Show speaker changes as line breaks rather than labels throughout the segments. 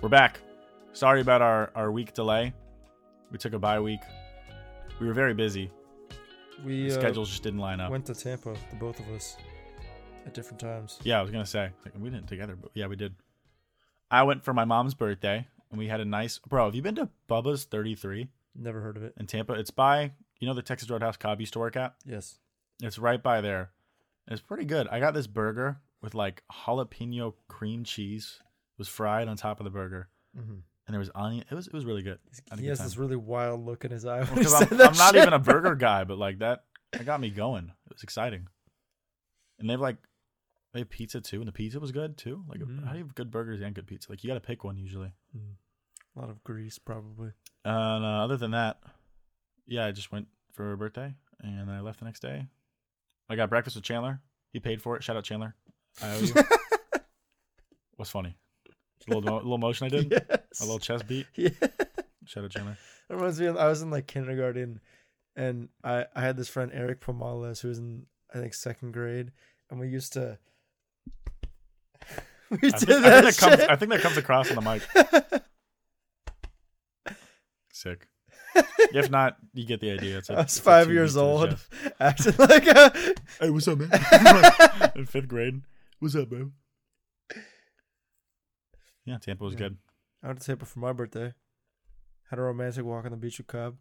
We're back. Sorry about our, our week delay. We took a bye week. We were very busy. The
We uh,
schedules just didn't line up.
went to Tampa, the both of us, at different times.
yeah, I was gonna say like, we didn't together, but yeah, we did. I went for my mom's birthday, and we had a nice bro. Have you been to Bubba's Thirty Three
Never heard of it.
in Tampa? It's by you know the Texas Roadhouse Cobb used to work at.
Yes.
It's right by there. It's pretty good. I got this burger with like jalapeno cream cheese. It was fried on top of the burger,
Mm-hmm.
and there was onion. It was it was really good. I had a
He
good
has
time.
this really wild look in his eye. When he
Because
said
I'm,
that
I'm not
shit.
even a burger guy, but like that, that got me going. It was exciting. And they have like, they have pizza too, and the pizza was good too. Like,
Mm.
how do you have good burgers and good pizza? Like, you got to pick one usually.
Mm. A lot of grease, probably.
And uh, other than that, yeah, I just went for her birthday and I left the next day. I got breakfast with Chandler. He paid for it. Shout out Chandler. I owe you. What's funny? A little, little motion I did,
Yes.
a little chest beat.
Yeah.
Shout out Chandler.
It reminds me of, I was in like kindergarten and I, I had this friend Eric Pomales who was in I think second grade and we used to we did
I think, I
that
think that comes,
shit.
I think that comes across on the mic. Sick. if not, you get the idea. It's a-
I was
it's a
five
two
years
beat to the
old,
chest.
acting like a
Hey, what's up, man? In fifth grade. What's up, bro? Yeah, Tampa was
Yeah.
good.
I went to Tampa for my birthday. Had a romantic walk on the beach with Cobb.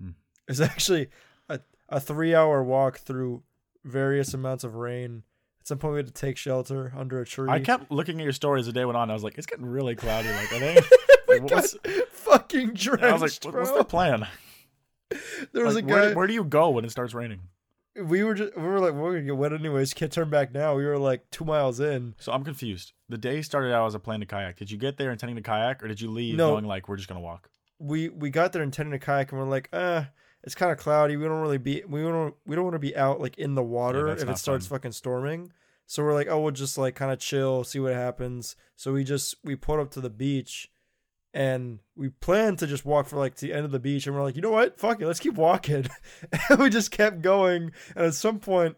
Hmm.
It's actually a, a three hour walk through various amounts of rain. At some point, we had to take shelter under a tree.
I kept looking at your story as the day went on. I was like, it's getting really cloudy. Like, are they?
we
Like,
got
what's-
fucking drenched,
I was like, what-
bro.
what's the plan?
there was
Like,
a
where,
guy.
where do you go when it starts raining?
we were just, we were like, we're gonna get wet anyways. Can't turn back now. We were like two miles in.
So I'm confused. The day started out as a plan to kayak. Did you get there intending to kayak, or did you leave
No.
knowing like we're just gonna walk?
We we got there intending to kayak, and we're like, uh, it's kind of cloudy. We don't really be we don't we don't want to be out like in the water
that's
if
not
it starts fucking storming. So we're like, oh, we'll just like kind of chill, see what happens. So we just we pulled up to the beach, and we planned to just walk for like to the end of the beach, and we're like, you know what, fuck it, let's keep walking. and we just kept going, and at some point.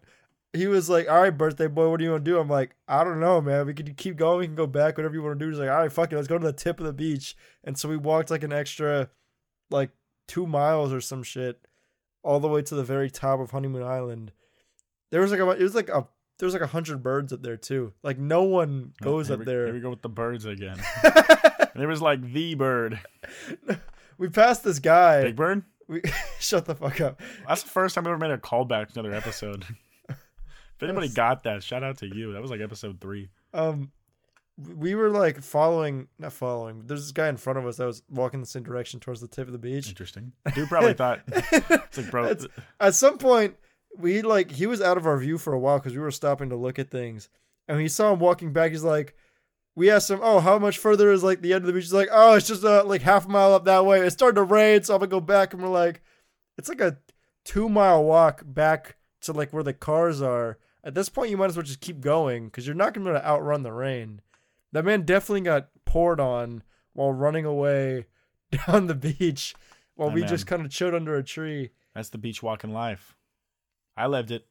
he was like, "All right, birthday boy, what do you want to do?" I'm like, "I don't know, man. We can keep going. We can go back. Whatever you want to do." He's like, "All right, fuck it. Let's go to the tip of the beach." And so we walked like an extra, like two miles or some shit, all the way to the very top of Honeymoon Island. There was like a, it was like a, there was like a hundred birds up there too. Like no one goes
here
up
we-
there.
Here we go with the birds again. there was like the bird,
we passed this guy.
big bird.
we shut the fuck up.
That's the first time I've ever made a callback to another episode. if anybody
Yes.
got that, shout out to you. That was like episode three.
um we were like following not following there's this guy in front of us that was walking the same direction towards the tip of the beach
Interesting. Dude probably thought it's like bro.
That's- at some point we like he was out of our view for a while because we were stopping to look at things and he saw him walking back he's like we asked him oh how much further is like the end of the beach he's like oh it's just uh, like half a mile up that way it started to rain so i'm gonna go back and we're like it's like a two mile walk back to like where the cars are at this point you might as well just keep going because you're not gonna be able to outrun the rain that man definitely got poured on while running away down the beach while
That
we
man.
just kind of chilled under a tree
That's the beach walking life. I lived it.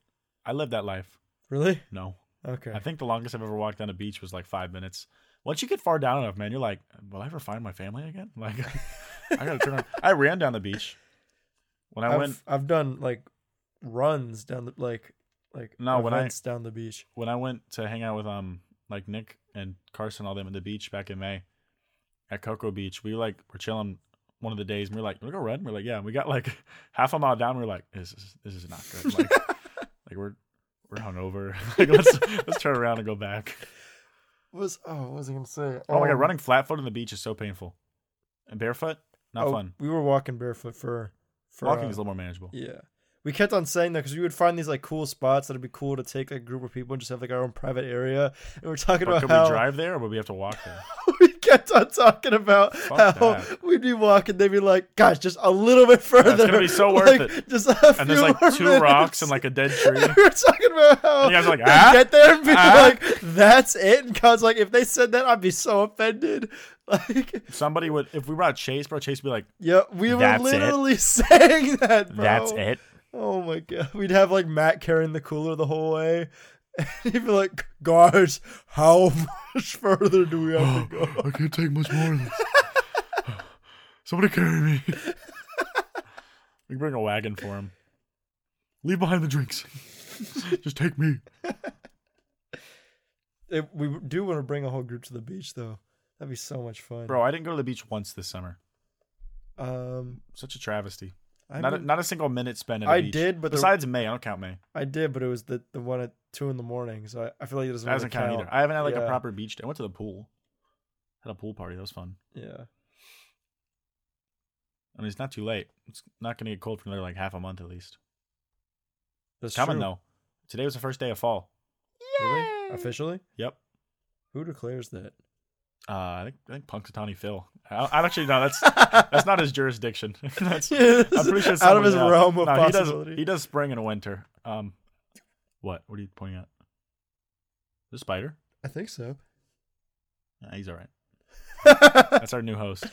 I lived that life.
really
No,
Okay.
I think the longest I've ever walked down a beach was like five minutes. Once you get far down enough, man, you're like, will I ever find my family again? Like, I gotta turn. Around. I ran down the beach when I
I've,
went
I've done like runs down the like like
No, when I-
events down the beach.
when I went to hang out with um like Nick and Carson all them at the beach back in May at Cocoa Beach, we like were chilling one of the days and we were like, We're gonna run. We are like, Yeah, and we got like half a mile down, we were like, This is this is not good. Like, like we're we're hungover. like let's let's turn around and go back.
What was oh what was I gonna say? Um,
Oh, my god, running flat foot on the beach is so painful. And barefoot, not
oh,
fun.
We were walking barefoot for for
Walking
uh,
is a little more manageable.
yeah. We kept on saying that because we would find these like cool spots that'd be cool to take like, a group of people and just have like our own private area. And we're talking
But
about
could
how
we drive there or would we have to walk there?
we kept on talking about
Fuck
how
that.
we'd be walking. They'd be like, "Gosh, just a little bit further."
gonna be so worth
like,
it.
Just a
And
few
there's like
more
two rocks
minutes."
and like a dead tree.
we were talking about how
And you guys are like,
they
"Ah?
get there and be
Ah?"
like, that's it. And God's like, if they said that, I'd be so offended. Like,
Somebody would if we brought Chase, bro, Chase would be like,
yeah, we
That's it?
were literally saying that, bro.
That's it.
Oh my god, we'd have like Matt carrying the cooler the whole way. And he'd be like, guys, how much further do we have to go?
I can't take much more of this. Somebody carry me. we can bring a wagon for him. Leave behind the drinks. Just take me.
It, we do want to bring a whole group to the beach, though. That'd be so much fun,
Bro, I didn't go to the beach once this summer.
Um,
Such a travesty.
I,
not, a,
mean,
not a single minute spent at a
I
beach.
did, but the,
Besides May, I don't count May.
I did, but it was the, the one at two in the morning, so I, I feel like it doesn't,
That doesn't
really
count either. I haven't had like a
Yeah.
proper beach day. I went to the pool. Had a pool party. That was fun.
Yeah,
I mean, it's not too late. It's not going to get cold for another like half a month at least.
that's
Coming
true.
though. Today was the first day of fall.
Really? Officially,
Yep.
who declares that?
Uh, I think I think Punxsutawney Phil. I, I actually no, that's that's not his jurisdiction. that's I'm pretty sure it's
out of his
someone else.
realm of
No, he does
possibility.
he does spring and winter. Um, what? What are you pointing at? The spider?
I think so.
Nah, he's all right. That's our new host.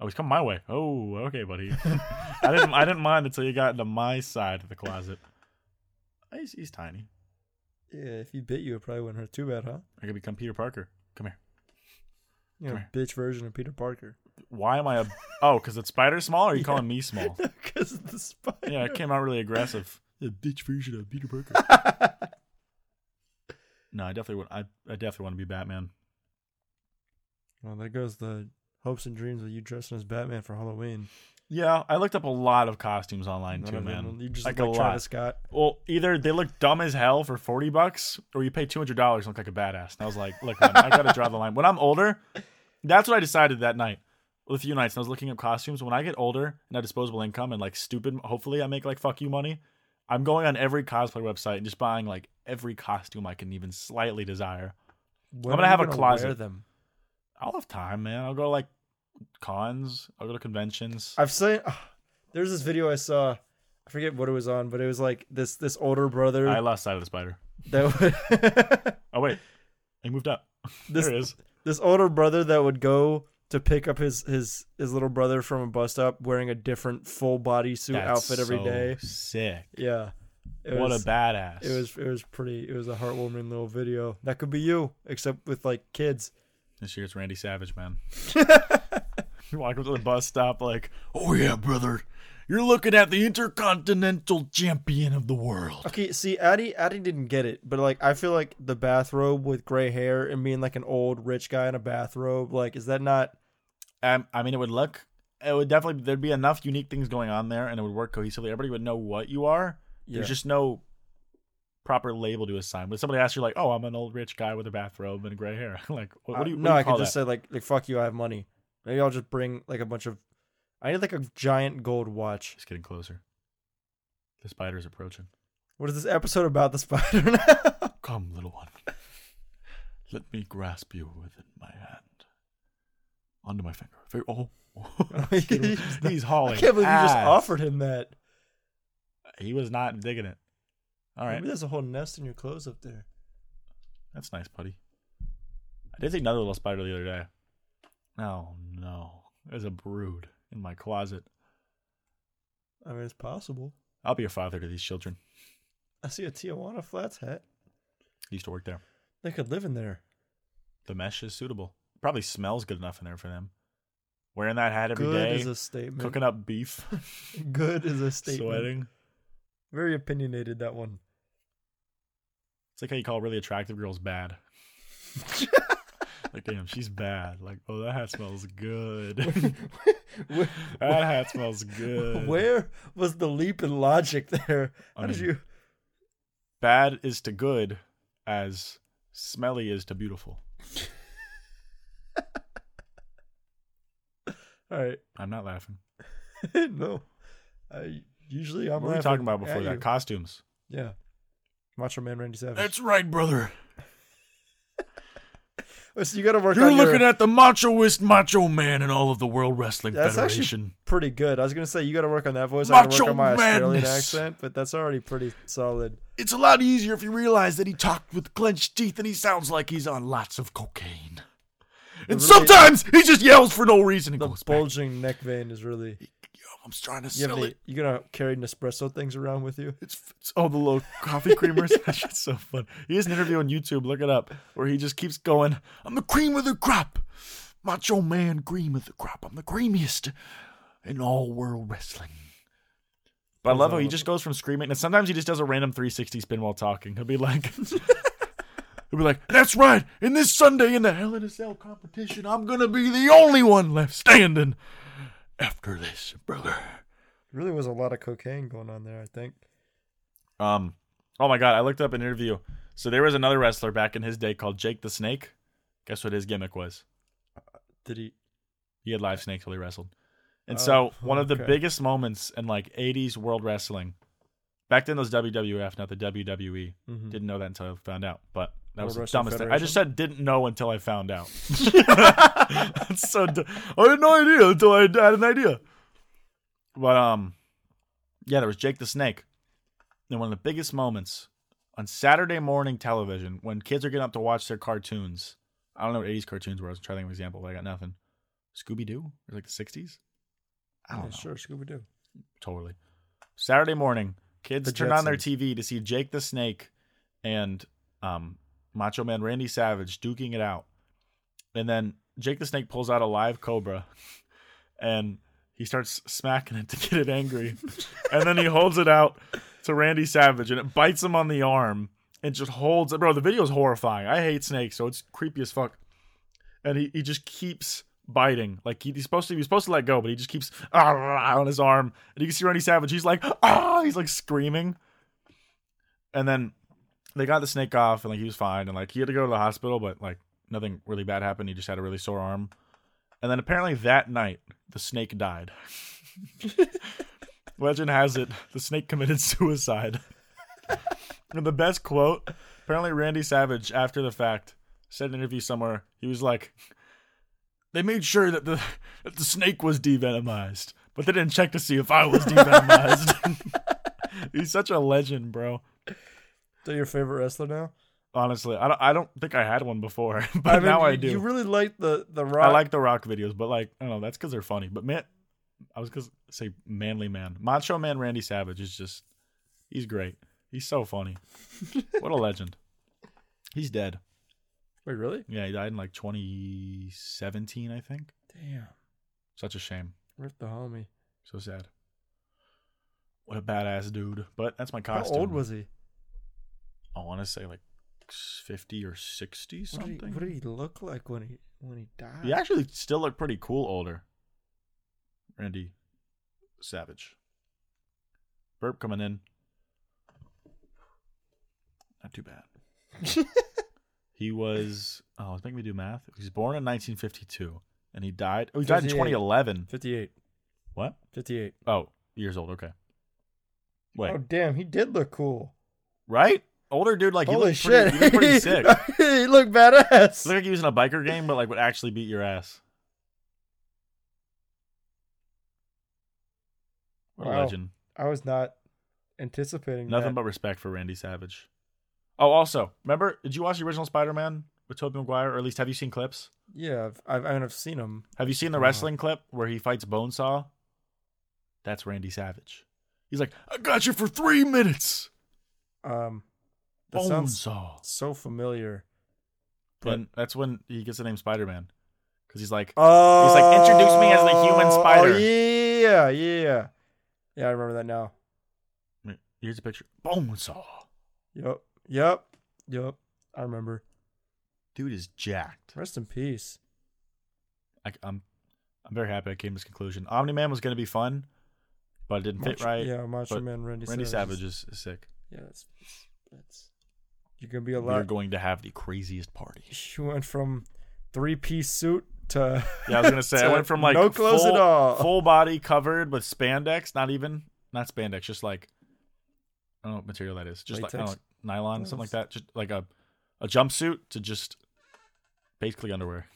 Oh, he's coming my way. Oh, okay, buddy. I didn't I didn't mind until you got into my side of the closet. Oh, He's, he's tiny.
Yeah, if he bit you, it probably wouldn't hurt too bad, huh?
I could become Peter Parker. Come here.
You know,
Come here.
bitch version of Peter Parker.
Why am I a? Oh, because it's spider small. Or are you
Yeah.
calling me small?
Because of the spider.
Yeah, it came out really aggressive. The bitch version of Peter Parker. No, I definitely would. I, I definitely want to be Batman.
well, there goes the hopes and dreams of you dressing as Batman for Halloween.
Yeah, I looked up a lot of costumes online
None
too,
of them.
man.
You just
Like
like,
a
like Travis Scott.
Well, either they look dumb as hell for forty bucks, or you pay two hundred dollars and look like a badass. And I was like, look, man, I gotta draw the line. When I'm older, that's what I decided that night with you nights. And I was looking up costumes. When I get older and have disposable income and like stupid, hopefully I make like fuck you money. I'm going on every cosplay website and just buying like every costume I can even slightly desire.
When
gonna
are you
have a
wear
closet.
them?
I'll have time, man. I'll go to like cons. I'll go to conventions.
I've seen. ugh, there's this video I saw. I forget what it was on, but it was like this this older brother
I lost sight of the spider.
that would
Oh wait, he moved up.
This-
there it is.
this older brother that would go to pick up his his his little brother from a bus stop wearing a different full bodysuit
That's
outfit every
so
day.
Sick.
Yeah. It
what
was,
a badass.
it was it was pretty it was a heartwarming little video. That could be you, except with like kids.
This year it's Randy Savage, man. He walked up to the bus stop like, "Oh yeah, brother, you're looking at the intercontinental champion of the world."
Okay, see, Addy, Addy didn't get it, but like, I feel like the bathrobe with gray hair and being like an old rich guy in a bathrobe, like, is that not?
Um, I mean, it would look, it would definitely there'd be enough unique things going on there, and it would work cohesively. Everybody would know what you are.
Yeah.
There's just no proper label to assign. When somebody asks you like, "Oh, I'm an old rich guy with a bathrobe and gray hair," like, what, what do you? what
Uh, no,
do you
I
call
could just
that?
say like, like, fuck you, I have money. Maybe I'll just bring like a bunch of. I need like a giant gold watch.
Just getting closer. The spider's approaching.
What is this episode about? The spider now.
Come, little one. Let me grasp you within my hand. Under my finger. Very- oh.
He's
He's hauling.
I can't believe you just
ass.
offered him that.
He was not digging it. All right.
Maybe there's a whole nest in your clothes up there.
That's nice, buddy. I did see another little spider the other day. Oh, no. There's a brood in my closet.
I mean, it's possible.
I'll be a father to these children.
I see a Tijuana Flats hat.
I used to work there.
They could live in there.
The mesh is suitable. Probably smells good enough in there for them. Wearing that hat every
Good
day,
is a statement.
cooking up beef,
Good is a statement.
sweating.
Very opinionated that one.
It's like how you call really attractive girls bad. like, damn, she's bad. Like, oh, that hat smells good. that
Where,
hat smells good.
where was the leap in logic there? How
I
did
mean-
you?
Bad is to good as smelly is to beautiful.
All right,
I'm not laughing.
no. I usually I'm
what were we
laughing
talking about
at
before that?
you.
Costumes.
Yeah, Macho Man Randy Savage.
right, brother.
Oh, so you got to work on your.
at the machoist macho man in all of the World Wrestling
That's actually- pretty good. I was gonna say you got to work on that voice. I got to work
Macho
on my Australian
madness.
accent, but that's already pretty solid.
It's a lot easier if you realize that he talked with clenched teeth and he sounds like he's on lots of cocaine. And
really-
sometimes he just yells for no reason and
The
goes back
bulging neck vein is really.
Yeah, I'm trying to
You have
sell
the,
it.
you gonna carry Nespresso things around with you?
It's, it's all Oh, the little coffee creamers. That shit's so fun. He has an interview on YouTube. Look it up, where he just keeps going. I'm the cream of the crop, macho man, cream of the crop. I'm the creamiest in all world wrestling. But I love how he just goes from screaming, and sometimes he just does a random 360 spin while talking. He'll be like, he'll be like, "That's right. In this Sunday in the Hell in a Cell competition, I'm gonna be the only one left standing after this, brother."
Really was a lot of cocaine going on there. I think.
Um, oh my god, I looked up an interview. So there was another wrestler back in his day called Jake the Snake. Guess what his gimmick was?
Did he?
He had live snakes till he wrestled. And
Oh,
so one of the
okay.
biggest moments in like 80s world wrestling. Back then, those WWF, not the E, WWE.
Mhm.
Didn't know that until I found out. But that
World
was the
Wrestling
dumbest thing. I just said didn't know until I found out. That's so. du- I had no idea until I had an idea. But um, yeah, there was Jake the Snake. And one of the biggest moments on Saturday morning television when kids are getting up to watch their cartoons. I don't know what 80s cartoons were. I was trying to think of an example, but I got nothing. Scooby Doo? Or like the 60s? I don't
Yeah,
know.
Sure, Scooby Doo.
Totally. Saturday morning, kids
The
turn on their
Jetsons.
TV to see Jake the Snake and um, Macho Man Randy Savage duking it out. And then Jake the Snake pulls out a live cobra and he starts smacking it to get it angry. and then he holds it out to Randy Savage and it bites him on the arm and just holds it. Bro, the video's horrifying. I hate snakes, so it's creepy as fuck. And he, he just keeps biting. Like he, he's supposed to he's supposed to let go, but he just keeps "Ah," on his arm. And you can see Randy Savage, he's like, ah, he's like screaming. And then they got the snake off and like he was fine and like he had to go to the hospital, but like nothing really bad happened. He just had a really sore arm. And then apparently that night the snake died. Legend has it the snake committed suicide. and the best quote apparently Randy Savage after the fact said in an interview somewhere he was like they made sure that the that the snake was devenomized, but they didn't check to see if I was devenomized. He's such a legend, bro.
Is that your favorite wrestler now?
Honestly, I don't I don't think I had one before, but
mean,
now I
you-
do.
You really like the the rock.
I like the rock videos, but like I don't know, that's because they're funny. But man, I was gonna say manly man, macho man Randy Savage is just he's great. He's so funny. what a legend. He's dead.
Wait, really?
Yeah, he died in like 2017, I think.
Damn,
Such a shame.
ripped the homie.
So sad. What a badass dude. But that's my
How
costume.
old was he?
I want to say like 50 or 60
What did,
something.
he? what did he look like when he when he died?
He actually still looked pretty cool older. Randy Savage. Burp coming in. Not too bad. He was, oh, it's making me do math. He was born in 1952 and he died. Oh, he died in
58.
2011.
58.
What?
58.
Oh, years old. Okay. Wait,
Oh damn, he did look cool.
right? Older dude, like, he
Holy
looked pretty,
shit.
he looked pretty sick.
he looked badass.
Look like he was in a biker game, but like would actually beat your ass. What a
Wow.
legend.
I was not anticipating
Nothing
that.
but respect for Randy Savage. Oh, also, remember, did you watch the original Spider Man with Tobey Maguire? Or at least have you seen clips?
yeah, I've, I've, I mean, I've seen him.
Have you seen the
No.
wrestling clip where he fights Bonesaw? That's Randy Savage. He's like, I got you for three minutes.
Um, that sounds
Bonesaw.
so familiar. but-
And that's when he gets the name Spider Man. Because he's like,
Oh,
like, "Introduce me as the human
Oh,
spider."
yeah, yeah, yeah. I remember that now.
here's a picture Bonesaw.
Yep, yep, yep. I remember.
Dude is jacked.
Rest in peace.
I, am I'm very happy I came to this conclusion. Omni Man was going to be fun, but it didn't fit
Macho-
right.
Yeah, Macho
but
Man Randy,
Randy Savage
is-
is, is sick.
Yeah, that's, that's. You're gonna be a
We're
lot.
going to have the craziest party.
She went from three piece suit to
Yeah, I was gonna say I
to
went from like
no clothes
full,
at all.
full body covered with spandex, not even not spandex, just like I don't know what material that is, just like I don't
Latex?
know, nylon,
No,
something like
it's-
that, just like a a jumpsuit to just basically underwear,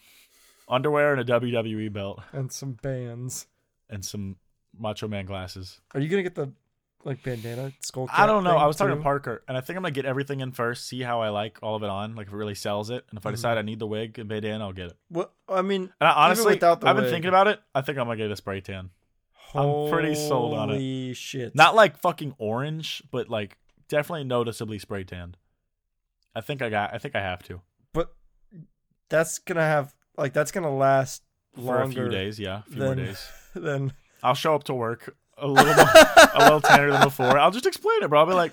underwear and a WWE belt
and some bands.
and some Macho Man glasses.
Are you gonna get the like bandana skull?
I
cap
don't know.
thing,
I was talking
too?
to Parker, and I think I'm gonna get everything in first, see how I like all of it on, like if it really sells it, and if I
Mm-hmm.
decide I need the wig and bandana, I'll get it.
What I mean,
And I, honestly,
without the
I've been
wig.
thinking about it. I think I'm gonna get a spray tan. I'm pretty sold on it.
Holy shit.
Not like fucking orange, but like definitely noticeably spray tanned. I think I got. I think I have to
but that's gonna have like that's gonna last
for a
longer
few days. Yeah, a few more
than-
days.
than
I'll show up to work a little more, a little tanner than before. I'll just explain it, bro. I'll be like,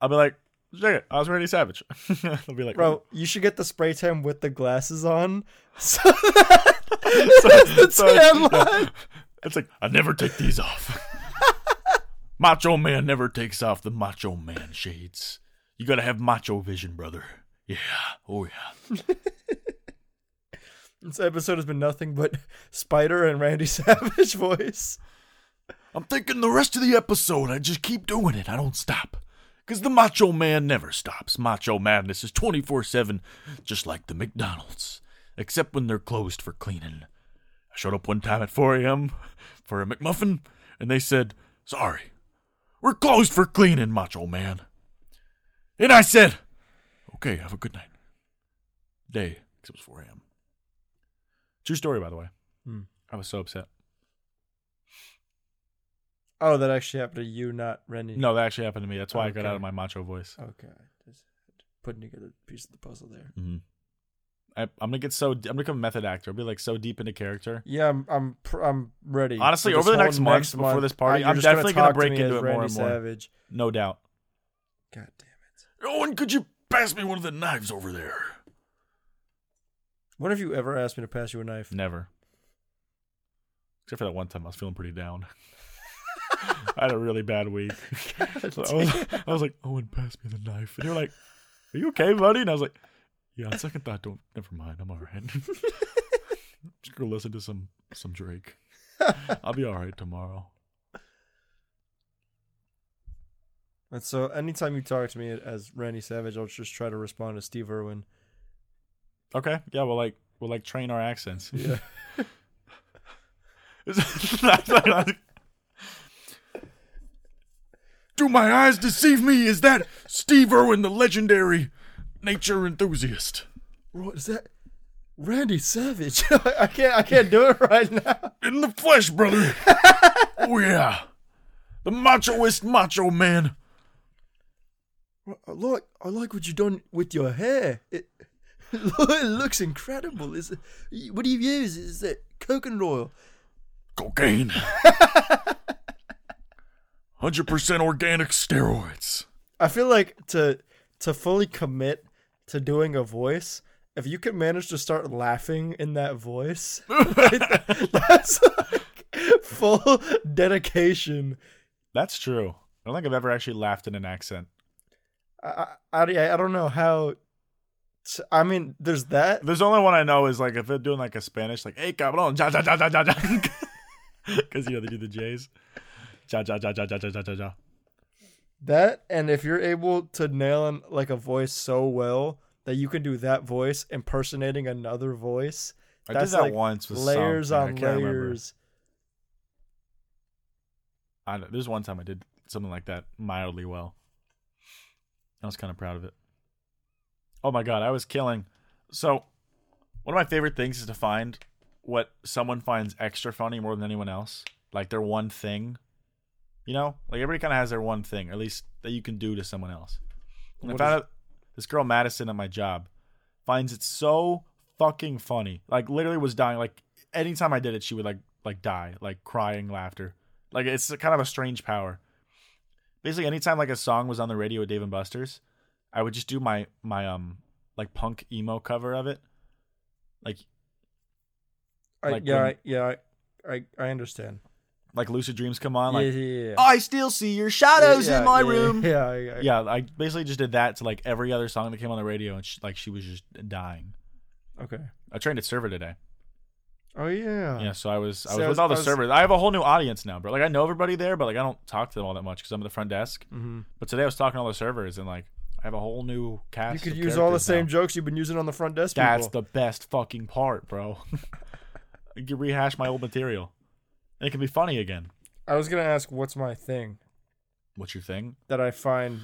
I'll be like, check it. I was Randy Savage. I'll be like,
Bro, you should get the spray tan with the glasses on. So
So-
that's the
so-
tan
yeah.
line.
It's like I never take these off. macho man never takes off the macho man shades. You gotta have macho vision, brother. Yeah. Oh yeah.
This episode has been nothing but Spider and Randy Savage voice.
I'm thinking the rest of the episode. I just keep doing it. I don't stop. Cause the macho man never stops. Macho madness is 24/7, just like the McDonald's, except when they're closed for cleaning. I showed up one time at 4 a.m. for a McMuffin, and they said, "Sorry, we're closed for cleaning, Macho Man." And I said, "Okay, have a good night." Day, except it was 4 a.m. True story, by the way.
Hmm.
I was so upset.
Oh, that actually happened to you, not Randy.
No, that actually happened to me. That's why I got
Okay.
out of my macho voice.
Okay. Just putting together a piece of the puzzle there.
Mm-hmm. I, I'm gonna get so I'm gonna become a method actor. I'll be like so deep into character.
Yeah, I'm I'm, pr- I'm ready.
Honestly,
for this
over the
whole
next month, before this party,
Ah, you're
I'm
just gonna
definitely gonna
talk to
break
me
into
as
it more
Randy
and more.
Savage.
No doubt.
God damn it!
Oh, and could you pass me one of the knives over there?
When have you ever asked me to pass you a knife?
Never. Except for that one time, I was feeling pretty down. I had a really bad week. So I, was, I was like, Owen, pass me the knife. And you're like, Are you okay, buddy? And I was like, Yeah, on second thought, don't never mind. I'm all right. Just go listen to some some Drake. I'll be all right tomorrow.
And so anytime you talk to me as Randy Savage, I'll just try to respond to Steve Irwin.
Okay. Yeah, we'll like we'll like train our accents.
Yeah.
Do my eyes deceive me? Is that Steve Irwin, the legendary nature enthusiast?
What is that? Randy Savage. I can't I can't do it right now.
In the flesh, brother. oh yeah. The machoist macho man.
I like I like what you've done with your hair. It, it looks incredible. Is it, what do you use? Is it coconut oil?
Cocaine. 100% organic steroids.
I feel like to to fully commit to doing a voice, if you can manage to start laughing in that voice, that's like full dedication.
That's true. I don't think I've ever actually laughed in an accent.
I, I, I I don't know how. t- I mean, there's that.
There's only one I know is like if they're doing like a Spanish, like hey cabrón, ja ja ja ja ja ja, because you know they do the J's, ja ja ja ja ja ja ja ja ja.
That, and if you're able to nail in like a voice so well that you can do that voice impersonating another voice,
I
That's
did that
like
once with
layers
something.
on
I can't remember.
layers.
I don't, there's one time I did something like that mildly well. I was kind of proud of it. Oh my god, I was killing. So, one of my favorite things is to find what someone finds extra funny more than anyone else, like their one thing. You know, like everybody kind of has their one thing, or at least that you can do to someone else. And I
What
found out this girl Madison at my job finds it so fucking funny. Like literally was dying. Like anytime I did it, she would like like die, like crying laughter. Like it's kind of a strange power. Basically, anytime like a song was on the radio at Dave and Buster's, I would just do my my um like punk emo cover of it. Like
I,
Like
yeah,
when-
I, yeah, I, I, I understand.
like Lucid Dreams Come On, like "Oh,
yeah, yeah, yeah.
I still see your shadows
Yeah,
in my
yeah,
room.
Yeah, I- I-
Yeah, I basically just did that to like every other song that came on the radio, and she, like she was just dying.
Okay.
I trained at server today.
Oh yeah.
Yeah, so I was I
So
was with
I was-
all the
I was-
servers. I have a whole new audience now, bro. Like I know everybody there, but like I don't talk to them all that much because I'm at the front desk.
hmm
But today I was talking to all the servers, and like I have a whole new cast.
You could
of
use all the
characters now.
same jokes you've been using on the front desk.
That's
people.
the best fucking part, bro. I can rehash my old material. And it can be funny again.
I was gonna ask, what's my thing
What's your thing?
that I find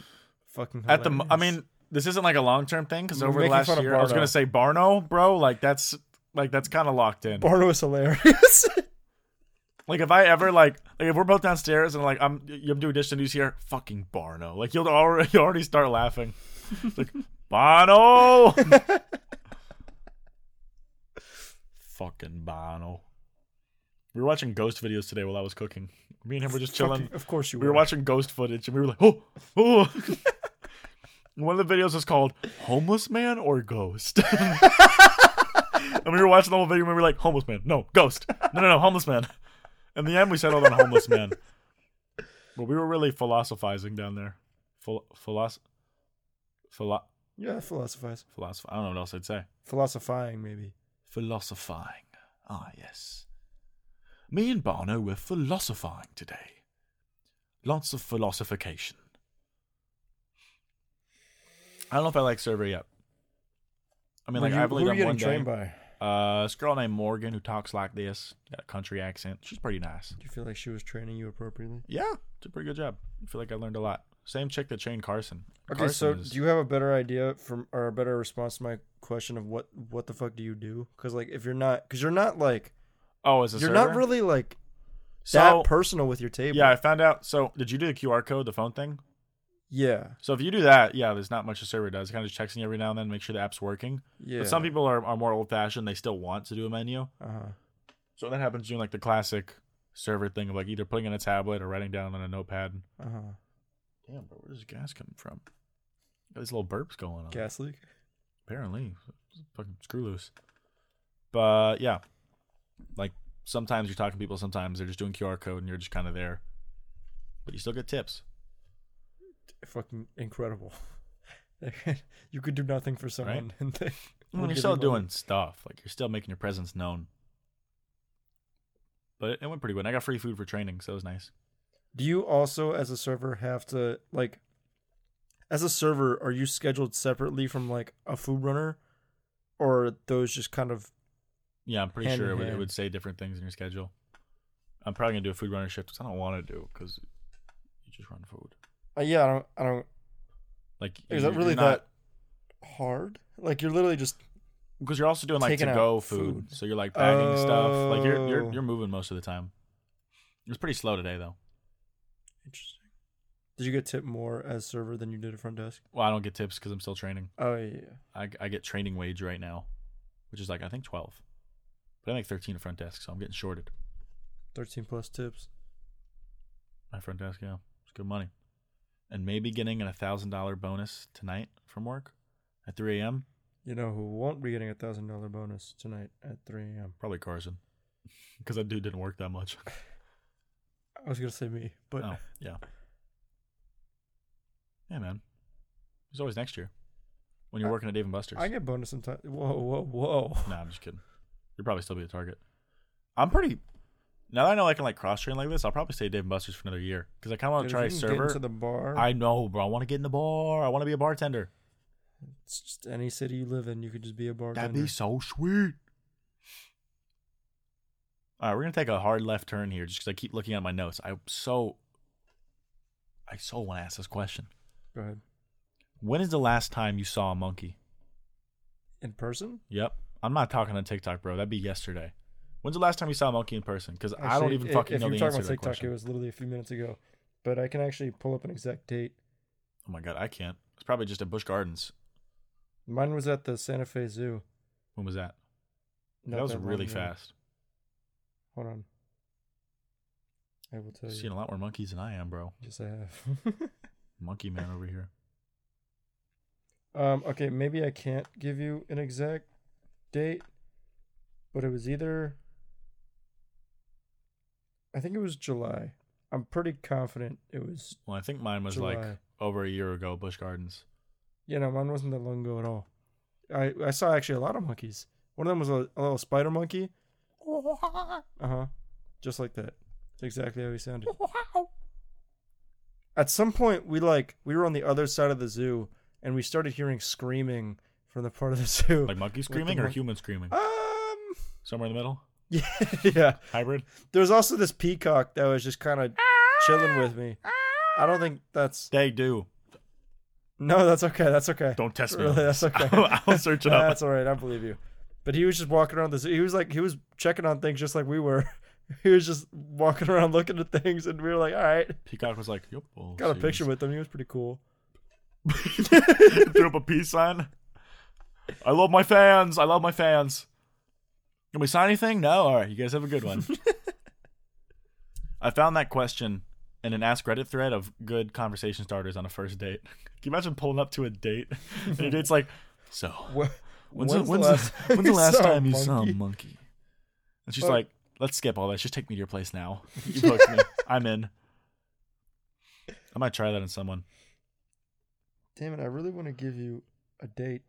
fucking
At the, mo- I
hilarious?
mean, this isn't like a long term thing because
We're
over the
making
last
fun of
year I was
Bardo.
gonna say Barno, bro. Like that's like that's kind of locked in.
Barno is hilarious.
Like if I ever like like if we're both downstairs and like I'm you do a dish and you here fucking Barno like you'll already you already start laughing It's like Bono fucking Bono we were watching ghost videos today while I was cooking me and him were just chilling
Fucking- Of course you
we were watching ghost footage and we were like oh oh one of the videos was called homeless man or ghost and we were watching the whole video and we were like homeless man no ghost no no no homeless man in the end we settled on homeless man but we were really philosophizing down there Phil- philos philo-
Yeah, philosophize.
philosoph- i don't know what else i'd say
Philosophizing, maybe.
philosophizing ah yes me and barno were philosophizing today lots of philosophication i don't know if i like server yet i mean
Were
like
you-
i've only
who
done
are you
one day
getting trained by?
uh, this girl named Morgan who talks like this, got a country accent. She's pretty nice.
Do you feel like she was training you appropriately?
Yeah, did a pretty good job. I feel like I learned a lot. Same chick that trained Carson.
Okay,
Carson
so
is-
do you have a better idea from or a better response to my question of what what the fuck do you do? Because like if you're not because you're not like
oh, as a
you're
server?
not really like
so.
that personal with your table.
yeah, I found out. So, did you do the QR code, the phone thing?
yeah,
So, if you do that, yeah, there's not much a server does. It kind of just checks in every now and then, make sure the app's working.
yeah.
But some people are, are more old fashioned. They still want to do a menu.
uh-huh.
So, that happens doing like the classic server thing of like either putting in a tablet or writing down on a notepad.
Uh-huh.
Oh. Damn, but where's this gas coming from? Got these little burps going on.
gas leak.
apparently fucking screw loose but yeah like sometimes you're talking to people sometimes they're just doing qr code and you're just kind of there but you still get tips
Fucking incredible. you could do nothing for someone and they
when
would
you're
give
still
you money.
doing stuff like you're still making your presence known but it, it went pretty good And i got free food for training so it was nice
Do you also, as a server, have to like, as a server, are you scheduled separately from like a food runner, or are those just kind of
yeah i'm pretty
Hand
sure
in
it would, it
hand.
would say different things in your schedule i'm probably gonna do a food runner shift because i don't want to do because you just run food
uh, yeah? I don't, I don't.
like
Is
you-
that really
you're not-
that hard? Like you're literally just
because you're also doing like
Taking
to go
out
food.
food.
so you're like bagging stuff. Like you're,
Oh.
you're you're moving most of the time. It was pretty slow today though.
interesting. Did you get tipped more as server than you did at front desk?
Well, I don't get tips because I'm still training.
Oh yeah.
I, I get training wage right now, which is like I think twelve, but I make thirteen at front desk, so I'm getting shorted.
Thirteen plus tips.
My front desk, yeah, it's good money, and maybe getting an thousand dollar bonus tonight from work at three a.m.
You know who won't be getting a thousand dollar bonus tonight at three a.m.
Probably Carson, because that dude didn't work that much.
I was gonna say me, but
oh yeah, yeah, man. He's always next year when you're
I-
working at Dave and Buster's.
I get bonus sometimes. Whoa, whoa, whoa!
No, I'm just kidding. You'll probably still be a target. I'm pretty. Now that I know I can like cross train like this, I'll probably stay at Dave and Buster's for another year because I kind of want to
Dude, if
try
you can Get
server.
into the bar.
I know, bro. I want to get in the bar. I want to be a bartender.
It's just any city you live in, you could just be a bartender.
That'd be so sweet. All right, we're gonna take a hard left turn here, just because I keep looking at my notes. I so, I so want to ask this question.
Go ahead.
When is the last time you saw a monkey?
In person?
Yep, I'm not talking on TikTok, bro. That'd be yesterday. When's the last time you saw a monkey in person? Because I don't
Actually,
even
i-
fucking
Oh, if
know
you
the answer
were talking
to
about
that
TikTok,
question.
it was literally a few minutes ago. But I can actually pull up an exact date.
Oh my god, I can't. It's probably just at Busch Gardens.
Mine was at the Santa Fe Zoo.
When was that?
Not
that was
long
really
ago.
fast.
Hold on. I will tell
I've
you.
seen a lot more monkeys than I am, bro.
Yes, I have.
Monkey man over here.
um, okay, maybe I can't give you an exact date, but it was either. I think it was July. I'm pretty confident it was.
Well, I think mine was like
July.
over a year ago, Busch Gardens.
You know, mine wasn't that long ago at all. I I saw actually a lot of monkeys. One of them was a, a little spider monkey. Uh huh. Just like that. That's exactly how he sounded. At some point, we like we were on the other side of the zoo, and we started hearing screaming from the part of the zoo.
Like monkey screaming or
mon-
human screaming?
um.
Somewhere in the middle?
Yeah, yeah.
Hybrid?
There was also this peacock that was just kind of chilling with me. I don't think that's
They do.
no. That's okay. That's okay.
Don't test me.
Really,
on
that's
this.
okay.
I'll, I'll search it up.
That's all right. I believe you. But he was just walking around the zoo. He was like he was checking on things just like we were. He was just walking around looking at things, and we were like, all right.
Peacock was like, "Yep." we'll
Got a
see
picture
what's-"
with him. He was pretty cool.
Threw up a peace sign. I love my fans. I love my fans. Can we sign anything? No. All right. You guys have a good one. I found that question in an Ask Reddit thread of good conversation starters on a first date. Can you imagine pulling up to a date and your date's like, "So,
When's,
when's, the, when's, the when's the last,
saw a
time you saw a
monkey?
monkey?" And she's
Fuck.
like, "Let's skip all that. Just take me to your place now. You booked me. I'm in." I might try that on someone.
Damn it! I really want to give you a date.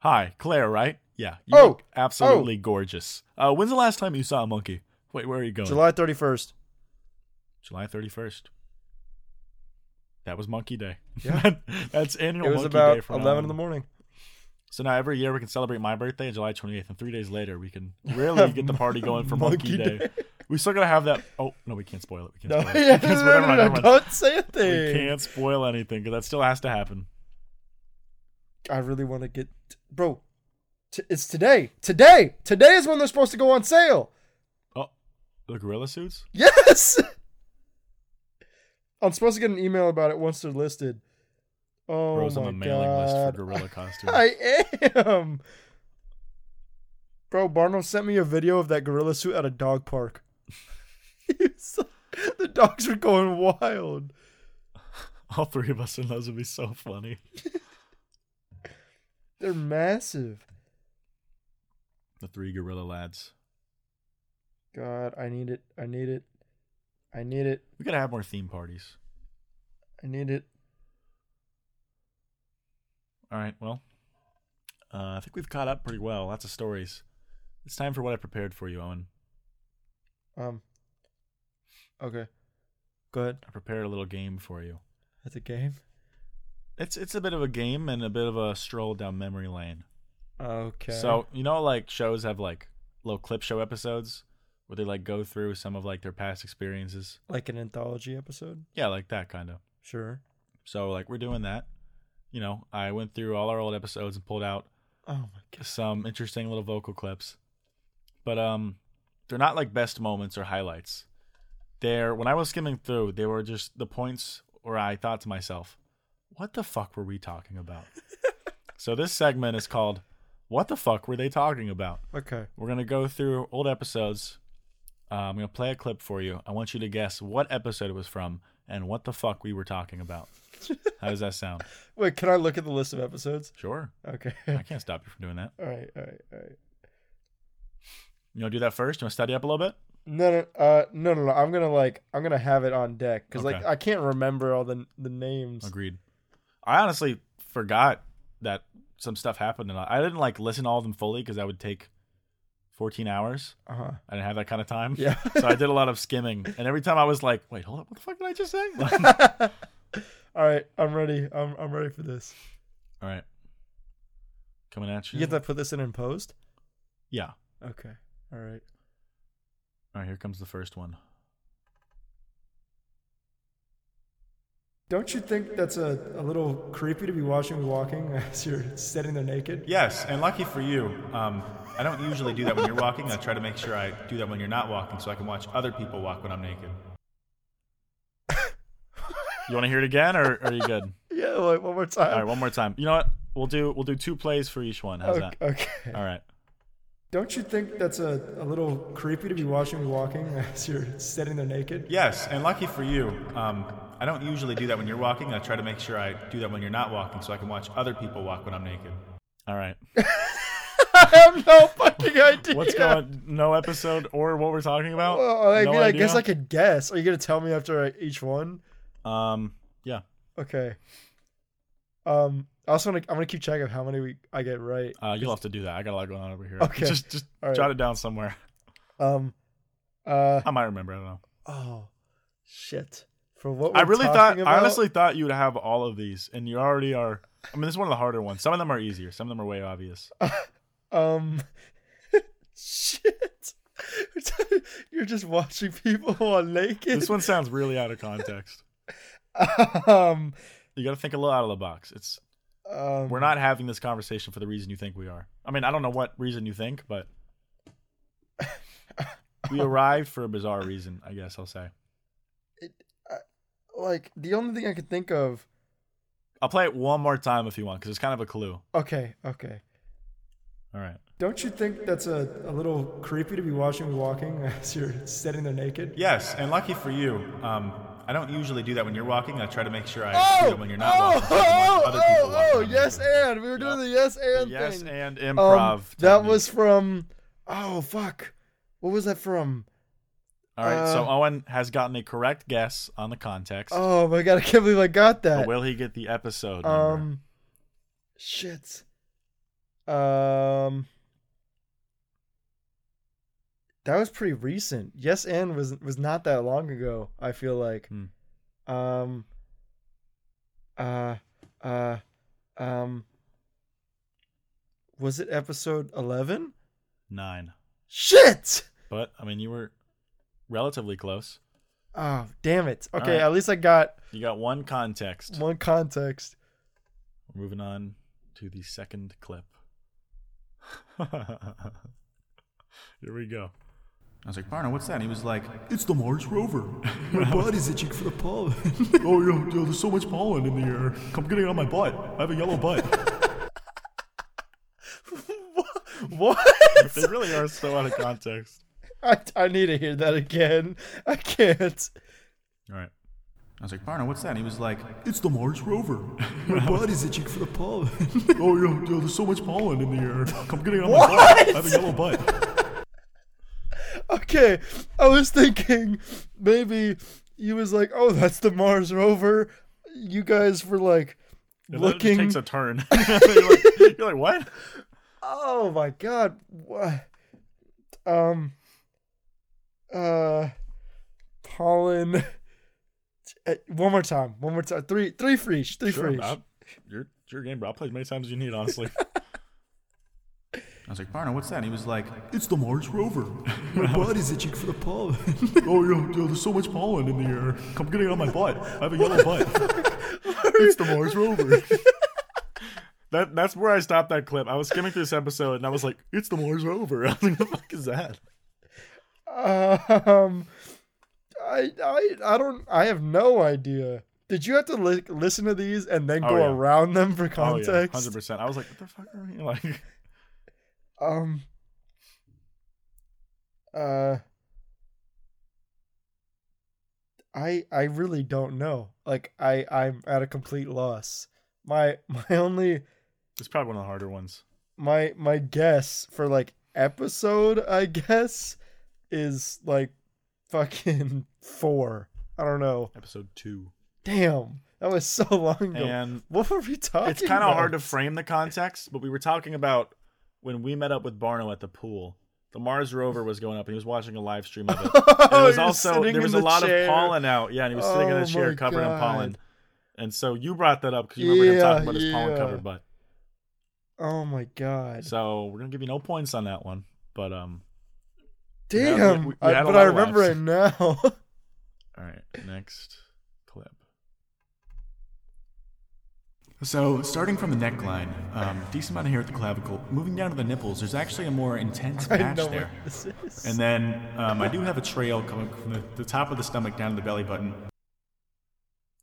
Hi, Claire, right? Yeah. You
Oh,
look absolutely gorgeous. Uh, when's the last time you saw a monkey? Wait, where are you going?
July thirty first.
July 31st. That was Monkey Day.
Yeah.
That's annual
It was
Monkey Day
about
from
eleven in the morning.
So now every year we can celebrate my birthday on July 28th, and three days later we can really get the party going for Monkey, Day. We still gotta have that. Oh no, we can't spoil it. We can't
No,
spoil
yeah,
it. 'Cause
no,
never
no,
mind,
no,
never mind.
don't say a
We
thing.
can't spoil anything because that still has to happen.
I really want to get, bro. T- it's today. Today. Today is when they're supposed to go on sale.
Oh, the gorilla suits.
Yes. I'm supposed to get an email about it once they're listed. Oh
Bro's
my
on the mailing list for
god!
gorilla costumes.
I am. Bro, Barno sent me a video of that gorilla suit at a dog park. He was like- the dogs were going wild.
All three of us in those would be so funny.
They're massive.
The three gorilla lads.
God, I need it. I need it. I need it.
We gotta have more theme parties.
I need it.
All right. Well, uh, I think we've caught up pretty well. Lots of stories. It's time for what I prepared for you, Owen.
Um. Okay. Go ahead.
I prepared a little game for you.
That's a game.
It's it's a bit of a game and a bit of a stroll down memory lane.
Okay.
So you know, like shows have like little clip show episodes where they like go through some of like their past experiences.
like an anthology episode.
Yeah, like that kind of.
Sure.
So like we're doing that. You know, I went through all our old episodes and pulled out
Oh my god.
some interesting little vocal clips. But um they're not like best moments or highlights. They're when I was skimming through, they were just the points where I thought to myself, what the fuck were we talking about? so this segment is called What the fuck were they talking about?
Okay.
We're gonna go through old episodes. Uh, I'm gonna play a clip for you. I want you to guess what episode it was from and what the fuck we were talking about. How does that sound?
Wait, can I look at the list of episodes?
Sure.
Okay.
I can't stop you from doing that.
all right. All right. All right.
You wanna do that first? You wanna study up a little bit?
No, no, uh, no, no, no. I'm gonna like, I'm gonna have it on deck because like
Okay.
I can't remember all the the names.
Agreed. I honestly forgot that some stuff happened, and I I didn't like listen to all of them fully because that would take 14 hours.
Uh huh.
I didn't have that kind of time.
Yeah.
so I did a lot of skimming, and every time I was like, "Wait, hold up, what the fuck did I just say?" all
all right. I'm ready. I'm I'm ready for this.
right, coming at you.
You have to put this in in post.
yeah.
Okay. All right.
All right, here comes the first one.
Don't you think that's a, a little creepy to be watching me walking as you're sitting there naked?
Yes, and lucky for you, um, I don't usually do that when you're walking. I try to make sure I do that when you're not walking, so I can watch other people walk when I'm naked. you want to hear it again, or, or are you good?
Yeah, like one more time.
All right, one more time. You know what? We'll do we'll do two plays for each one. How's
okay.
that?
okay.
All right.
Don't you think that's a, a little creepy to be watching me walking as you're sitting there naked?
Yes, and lucky for you, um, I don't usually do that when you're walking. I try to make sure I do that when you're not walking, so I can watch other people walk when I'm naked. All right.
I have no fucking idea.
What's going? No episode or what we're talking about?
Well, I
No
mean, I
idea?
guess I could guess. Are you gonna tell me after uh, each one?
Um. Yeah.
Okay. Um, I also want to. I'm gonna keep track of how many we I get right.
Uh, you'll have to do that. I got a lot going on over here.
Okay.
Just just
All right.
jot it down somewhere.
Um, uh,
I might remember. I don't know.
oh, shit. For what
I
we're
really thought.
talking
I
about-
honestly thought you'd have all of these, and you already are. I mean, this is one of the harder ones. Some of them are easier. Some of them are way obvious.
Um, shit. You're just watching people while naked.
this one sounds really out of context.
Um,
You got to think a little out of the box. It's
um,
we're not having this conversation for the reason you think we are. I mean, I don't know what reason you think, but we arrived for a bizarre reason, I guess I'll say.
Like the only thing I could think of.
I'll play it one more time if you want, because it's kind of a clue.
Okay, okay.
All right.
Don't you think that's a, a little creepy to be watching me walking as you're sitting there naked?
Yes, and lucky for you, um, I don't usually do that when you're walking. I try to make sure I
Oh!
do it when you're not walking. so I can watch other people walk around.
yes, and we were doing
Yep.
the yes and
yes,
thing.
and
Um,
improv.
that
technique.
was from. Oh fuck! What was that from?
all right. so
uh,
Owen has gotten a correct guess on the context.
Oh my god! I can't believe I got
but
that.
will he get the episode? number?
Um, shit. Um, that was pretty recent. Yes, and was was not that long ago. I feel like.
Hmm.
Um. Uh. Uh. Um. Was it episode eleven?
nine.
Shit!
But I mean, you were relatively close.
Oh damn it! Okay,
Alright.
at least I got
You got one context.
one context.
Moving on to the second clip. Here we go. I was like, Barna, what's that? And he was like,
It's the Mars rover. My butt is itching for the pollen. oh, yo, yo, there's so much pollen in the air. I'm getting it on my butt. I have a yellow butt.
What?
they really are so out of context.
I, I need to hear that again. I can't.
All right. I was like, Barna, what's that? And he was like,
It's the Mars rover. My butt is itching for the pollen. oh, yo, yo, there's so much pollen in the air. I'm getting it on my butt. I have a yellow butt.
Okay, I was thinking maybe he was like, "Oh, that's the Mars rover." You guys were like
and then it just
looking.
takes a turn. you're, like, you're like, what?
oh my god! What? Um. Uh, pollen. Eh, One more time. One more time. Three. Three for each. Three
Sure,
for each.
Bob. Your, your game, bro. I'll play as many times as you need, honestly. I was like, Barna, what's that? And he was like,
It's the Mars rover. My butt is itching for the pollen. oh, yo, yo, there's so much pollen in the air. I'm getting it on my butt. I have a yellow butt. it's the Mars rover.
That that's where I stopped that clip. I was skimming through this episode and I was like, "It's the war's over." I was like, "The fuck is that?"
Um, I I I don't. I have no idea. Did you have to li- listen to these and then
Oh,
go
yeah.
around them for
Oh yeah,
context?
hundred percent. I was like, "What the fuck are we like?"
Um. Uh. I I really don't know. Like I I'm at a complete loss. My my only
It's probably one of the harder ones.
my my guess for like episode I guess is like fucking four. I don't know.
Episode two,
Damn, that was so long ago.
and
what were we talking?
it's kind of
about?
hard to frame the context. But we were talking about when we met up with Barno at the pool. The Mars rover was going up, and he was watching a live stream of it. And it was
Oh, You're
also
sitting
there was
in
a
the
lot
chair.
of pollen out. Yeah, and he was sitting in
Oh
a chair
my
covered in pollen.
God.
And so you brought that up because you remember him talking
Yeah,
about his pollen
yeah.
covered butt.
Oh my god!
So we're gonna give you no points on that one, but um.
Damn,
Yeah, we- we
I-
had a
but
lot
I
of
remember
laughs.
it now.
All right, next clip.
So, starting from the neckline, um, decent amount of hair at the clavicle, moving down to the nipples, there's actually a more intense
I
patch
know
there.
what this is.
And then um, I do have a trail coming from the, the top of the stomach down to the belly button.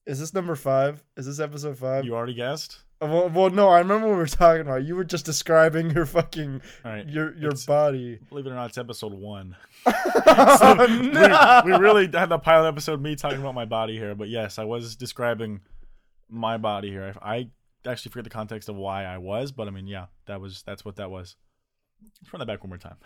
is this number five? Is this episode five?
You already guessed.
Uh, well, well, no, I remember what we were talking about. You were just describing your fucking
All right,
your your
it's-
body.
Believe it or not, it's episode one.
Oh,
We-
no!
we, really had the pilot episode me talking about my body here, but yes, I was describing my body here. I, I actually forget the context of why I was, but I mean, yeah, that was that's what that was. Let's run that back one more time.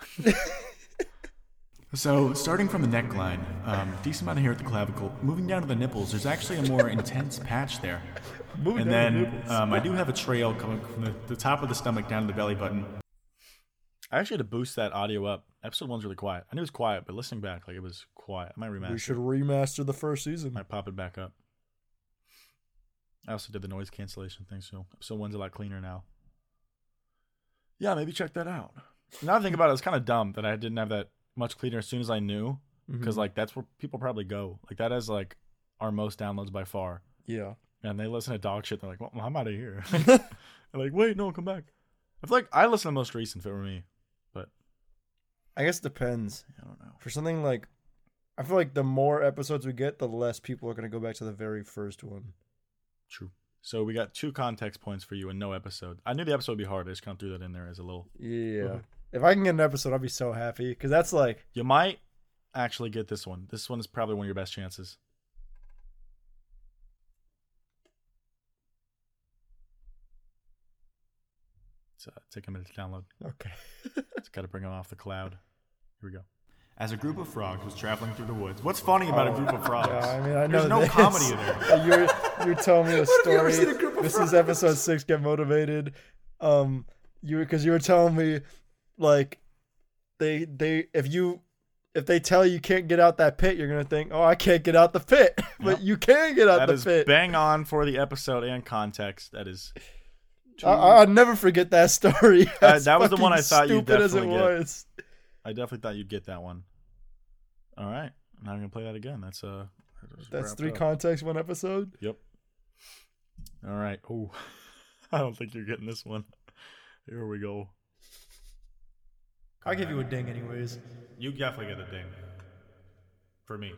So, starting from the neckline, um, decent amount of hair at the clavicle, moving down to the nipples, there's actually a more intense patch there.
Moving down
And
the
uh,
then
nipples.
um, I do have a trail coming from the, the top of the stomach down to the belly button.
I actually had to boost that audio up. Episode one's really quiet. I knew it was quiet, but listening back, like it was quiet. I might remaster.
we
it.
should remaster the first season.
I pop it back up. I also did the noise cancellation thing, so episode one's a lot cleaner now. Yeah, maybe check that out. Now I think about it, it's kind of dumb that I didn't have that much cleaner as soon as I knew, because
Mhm.
like that's where people probably go. Like that is like our most downloads by far,
yeah,
and they listen to dog shit. They're like, "Well, I'm out of here." They're like, wait, no, come back. I feel like I listen to most recent if it were me.
I guess it depends.
I don't know.
for something like I feel like the more episodes we get, the less people are going to go back to the very first one.
True. So we got two context points for you and no episode. I knew the episode would be hard. I just kind of threw that in there as a little.
Yeah. If I can get an episode, I'll be so happy because that's like
You might actually get this one. This one is probably one of your best chances. It's, uh, take a minute to download.
okay.
It's got to bring them off the cloud. Here we go.
As a group of frogs was traveling through the woods. What's funny about a
Oh,
group of frogs?
Yeah, I mean, I know
There's no
this.
comedy in there.
you're you're telling me a
What if you ever
story.
seen a group of
This
frogs?
is episode six. Get motivated. Um, you because you were telling me, like, they they if you if they tell you can't get out that pit, you're gonna think, oh, I can't get out the pit, but you can get out
That
the
is
pit.
bang on for the episode and context. That is
I, I'll never forget that story.
Uh,
As
that was the one
fucking
I thought you'd
stupid as it
definitely get.
was.
I definitely thought you'd get that one. All right, now I'm gonna play that again. That's uh, that just
That's
wrapped
three
up.
contexts, one episode.
Yep. All right. Oh, I don't think you're getting this one. Here we go.
I'll give you a ding, anyways.
You definitely get a ding. For me,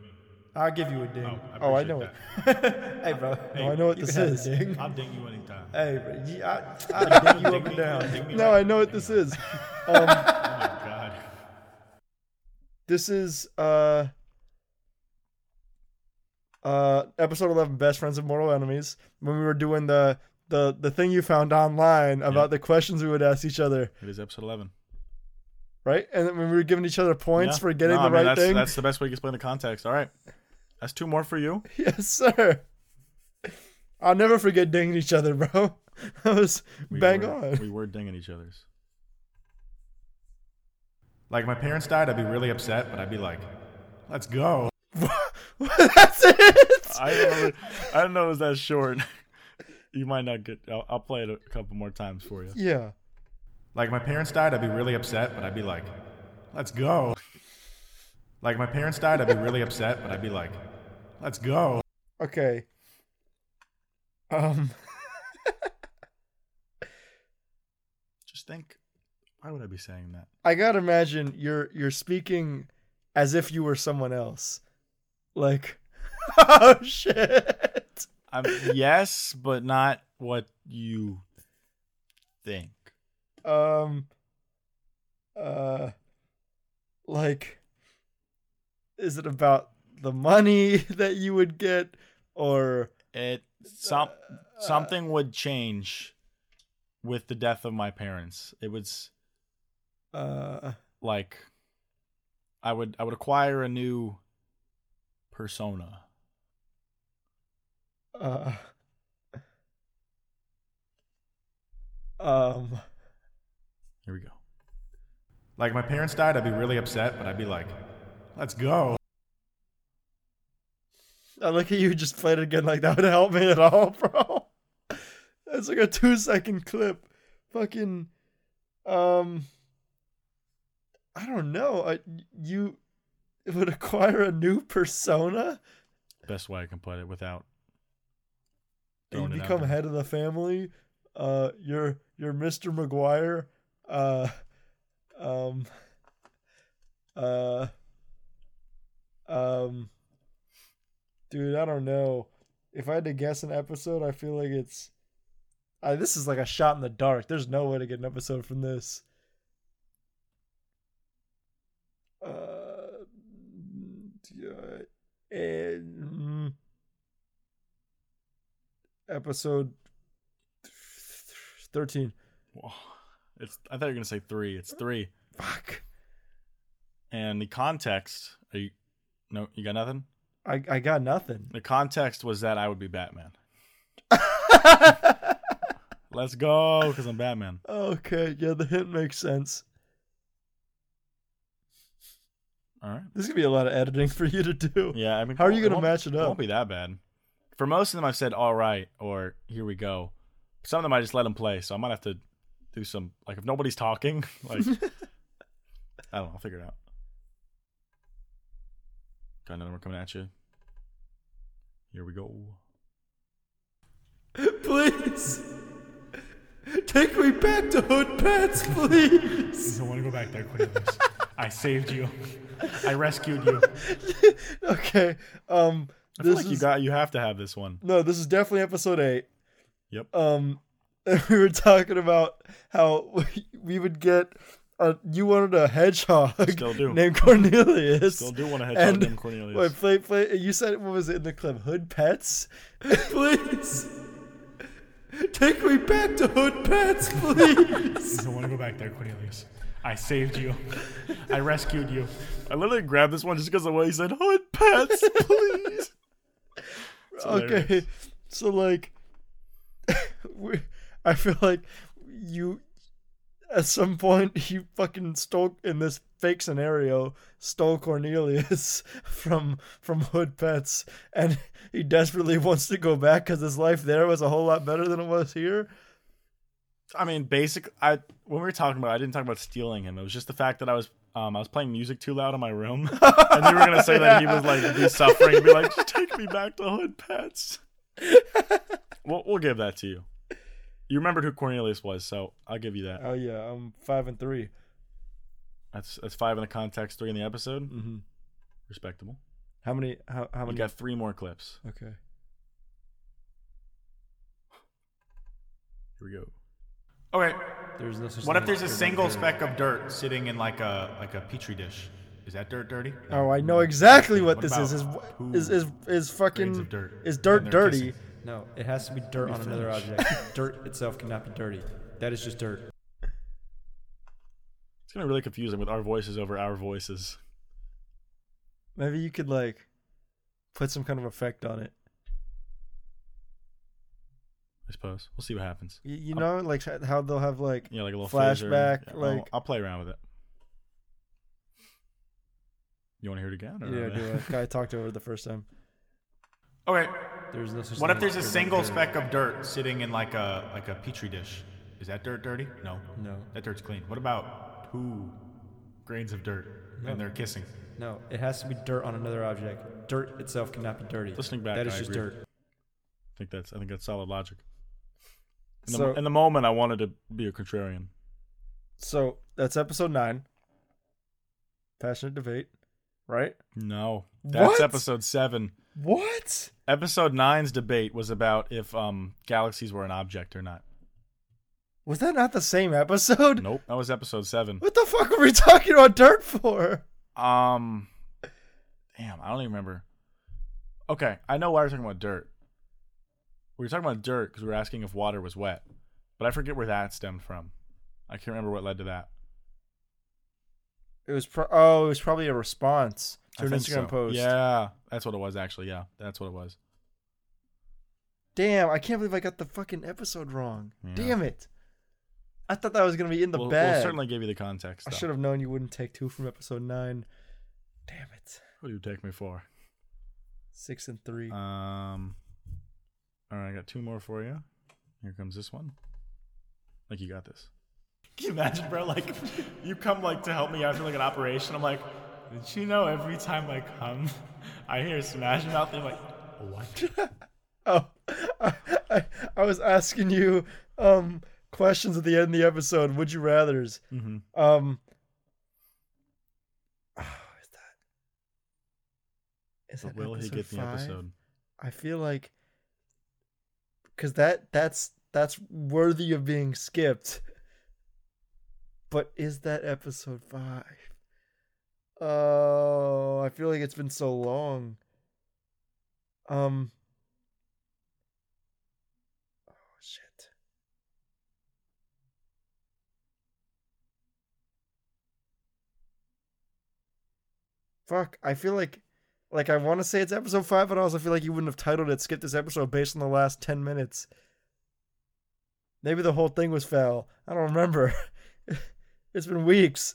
I'll give you a ding.
Oh, I
oh, I
appreciate
know it. hey, bro. no, I know what
you
this
can have
is. Ding.
I'll ding you anytime.
Hey, bro. Yeah, I, I ding you
Ding
up and
me, ding me
down. No,
right.
I know what this is. Um,
Oh my god.
this is uh, uh, episode eleven, best friends and mortal enemies. When we were doing the the the thing you found online about
Yep.
the questions we would ask each other,
It is episode 11.
right? And then when we were giving each other points
Yeah.
for getting
No, I
the
mean,
right
that's,
thing.
That's the best way to explain the context. All right. That's two more for you.
Yes, sir. I'll never forget dinging each other, bro. That was
We
bang
were,
on.
We were dinging each other's. Like, if my parents died, I'd be really upset, but I'd be like, let's go.
That's it.
I don't know, I don't know it was that short. You might not get. I'll, I'll play it a couple more times for you.
Yeah.
Like my parents died, I'd be really upset, but I'd be like, let's go. Like my parents died, I'd be really upset, but I'd be like, let's go.
Okay. Um.
Just think, why would I be saying that?
I gotta imagine you're you're speaking as if you were someone else. Like oh shit.
I'm yes, but not what you think.
Um uh like is it about the money that you would get or
It some something would change with the death of my parents. It was
uh
like I would I would acquire a new persona.
uh um
Here we go.
Like my parents died, I'd be really upset, but I'd be like, let's go.
I look at you just played it again like that would help me at all, bro. That's like a two second clip. Fucking um I don't know. I, you it would acquire a new persona?
Best way I can put it without.
And you
throwing it out
become
there.
head of the family. Uh you're you're Mr. McGuire. Uh um uh um dude, I don't know. If I had to guess an episode, I feel like it's I, this is like a shot in the dark. There's no way to get an episode from this. Uh, yeah, and, mm, episode thirteen.
Whoa. It's I thought you were gonna say three. It's three.
Fuck.
And the context are you no, you got nothing?
I I got nothing.
The context was that I would be Batman. Let's go, because I'm Batman.
okay, yeah, the hint makes sense.
All right.
This is gonna be a lot of editing for you to do.
Yeah, I mean,
How are you gonna
won't-
match it
It
up?
won't be that bad. For most of them, I've said all right or here we go. Some of them I just let them play, so I might have to do some like if nobody's talking, like I don't know, I'll figure it out. Got another one coming at you. Here we go.
Please. Take me back to Hood Pants, please.
I want to go back there quick.
I saved you. I rescued you.
okay. Um,
I feel
this
like
is
you got you have to have this one.
no. This is definitely episode eight.
Yep.
Um, we were talking about how we would get. A, you wanted a hedgehog
Still do.
named Cornelius.
Still do want to
And-
hedgehog named Cornelius.
Wait, play, play. You said what was it in the clip? Hood pets.
Please. Take me back to Hood Pets, please.
I don't want to go back there, Cornelius. I saved you. I rescued you. I literally grabbed this one just because of what he said. Hood pets, please. It's hilarious.
okay, so like, we, I feel like you, at some point, you fucking stole in this fake scenario, stole Cornelius from from Hood Pets, and he desperately wants to go back because his life there was a whole lot better than it was here.
I mean, basic. I when we were talking about, it, I didn't talk about stealing him. It was just the fact that I was, um, I was playing music too loud in my room, and you were gonna say that he was like be suffering, be like, just take me back to Hood Pets. we'll, we'll give that to you. You remembered who Cornelius was, so I'll give you that.
Oh yeah, I'm five and three.
That's that's five in the context, three in the episode.
Mm-hmm.
Respectable.
How many? How how
We
many?
got three more clips.
okay.
Here we go. Okay.
There's no such
What if
thing as
there's a
dirt on
single
dirt.
speck of dirt sitting in like a like a petri dish? Is that dirt dirty?
Oh, I know exactly what,
What
this is. Is
about two
is is is
Grains
fucking
of dirt.
is dirt
And they're
dirty?
kissing.
No, it has to be dirt on another object. dirt itself cannot be dirty. That is just dirt.
It's gonna really confuse him with our voices over our voices.
Maybe you could like put some kind of effect on it.
I suppose we'll see what happens.
You,
Uh,
you know, like how they'll have like
Yeah, like a little phaser.
flashback.
Yeah, I'll-
like
Oh,
I'll, play around with it. You want to hear it again? Or
yeah, do it. guy talked over the first time.
Okay.
There's no such
What
thing
if there's a
as dirt on
single
dirt.
speck of dirt sitting in like a like a petri dish? Is that dirt dirty? No.
No.
That dirt's clean. What about two grains of dirt and they're kissing?
No, it has to be dirt on another object. Dirt itself cannot be dirty.
Listening back,
that
I
is just
agree.
dirt.
I think that's I think that's solid logic. In the,
So
in the moment, I wanted to be a contrarian.
so that's episode nine. Passionate debate, right?
No, that's
What?
episode seven.
What?
Episode nine's debate was about if um galaxies were an object or not.
Was that not the same episode?
Nope, that was episode seven.
What the fuck were we talking about dirt for?
Um, damn, I don't even remember. Okay, I know why we're talking about dirt. We were talking about dirt because we were asking if water was wet, but I forget where that stemmed from. I can't remember what led to that.
It was pro- oh, it was probably a response to
I
an
think
Instagram
so.
post.
Yeah, that's what it was actually. Yeah, that's what it was.
Damn, I can't believe I got the fucking episode wrong.
Yeah.
Damn it. I thought that was going to be in the
we'll,
bag.
we'll certainly give you the context.
I
though.
should have known you wouldn't take two from episode nine. Damn it.
What do you take me for?
Six and three.
Um, all right, I got two more for you. Here comes this one. Like you got this.
Can you imagine, bro? Like, you come like to help me after like an operation. I'm like, did you know every time I come, I hear Smash Mouth? They're like, what?
oh, I, I, I was asking you um, questions at the end of the episode. Would you rather's?
Mm-hmm.
Um, oh, is that? Is
But
that
will he
episode
get the
five?
episode?
I feel like because that that's that's worthy of being skipped. But is that episode five? Oh, I feel like it's been so long. Um. Oh shit. Fuck! I feel like like I want to say it's episode five, but I also feel like you wouldn't have titled it "Skip this episode" based on the last ten minutes. Maybe the whole thing was foul. I don't remember. it's been weeks.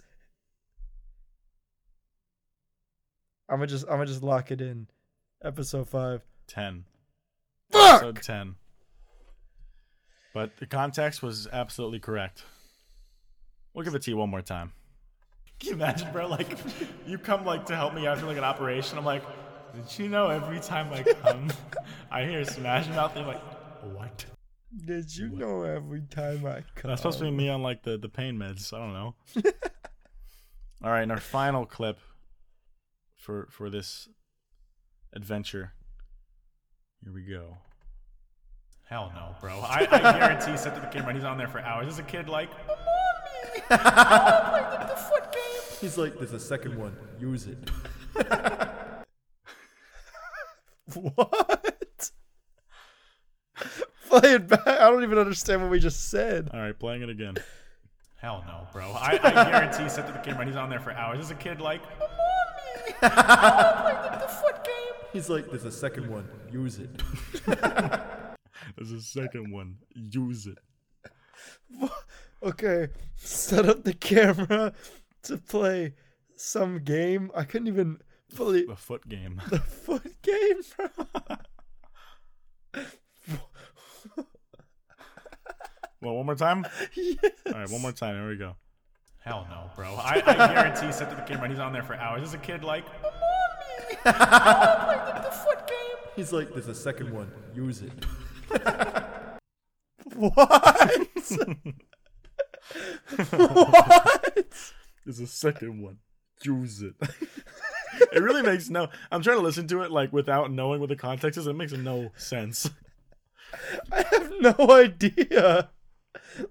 I'm gonna just I'm gonna just lock it in. Episode five.
Ten.
Fuck.
Episode 10. But the context was absolutely correct. We'll give it to you one more time.
Can you imagine, bro? Like, you come like to help me after like an operation. I'm like, did you know every time I come, I hear Smash Mouth? They're like, what?
Did you know every time I come?
That's supposed to be me on like the, the pain meds. I don't know. All right, and our final clip for for this adventure. Here we go.
Hell no, bro. I, I guarantee he said to the camera, and he's on there for hours. Is a kid like,
He's like, there's a second one. Use it.
What? Play it back. I don't even understand what we just said.
All right, playing it again.
hell no, bro. I, I guarantee he said to the camera, and he's on there for hours. Is a kid like,
He's like, there's a second one. Use it.
There's a second one. Use it.
Okay, set up the camera to play some game. I couldn't even believe
The foot game.
the foot game, bro.
Well, one more time. All right, one more time. Here we go.
hell no, bro. I, I guarantee he said to the camera, and he's on there for hours. Is a kid like,
He's like, there's a second one. Use it.
What?
There's a second one. Use it. it really makes no. I'm trying to listen to it like without knowing what the context is. It makes no sense.
I have no idea.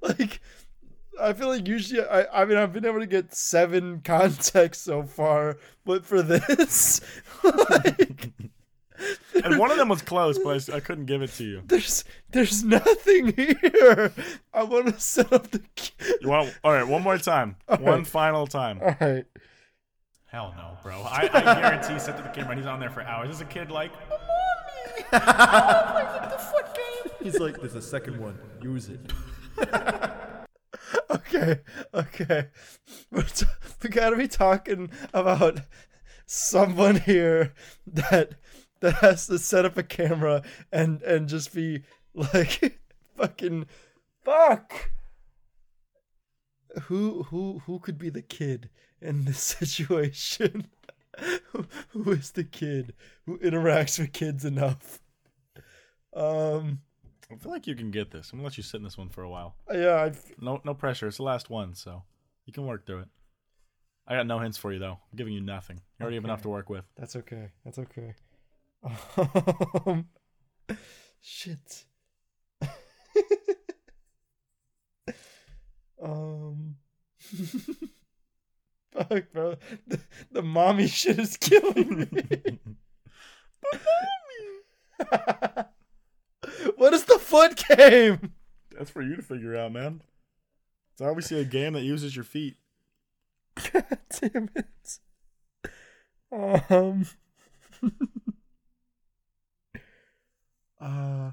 Like, I feel like usually, I, I mean, I've been able to get seven contexts so far, but for this, like,
And one of them was close, but I s- I, couldn't give it to you.
there's there's nothing here. I want to set up the.
You want? All right, one more time. One final time.
All right.
hell no, bro. I, I guarantee he said to the camera, and he's on there for hours. Is a kid like,
He's like, there's a second one. Use it.
Okay. Okay. We're t- we gotta be talking about someone here that that has to set up a camera and and just be like fucking fuck. Who who who could be the kid in this situation? who, who is the kid who interacts with kids enough? Um.
I feel like you can get this. I'm gonna let you sit in this one for a while.
Yeah. I,
No, no pressure. It's the last one, so you can work through it. I got no hints for you though. I'm giving you nothing. You already have enough to work with.
That's okay. That's okay. Um, shit. um. Fuck, bro. The, the mommy shit is killing me. what is the foot game?
That's for you to figure out, man. It's obviously a game that uses your feet.
God damn it. Um. uh.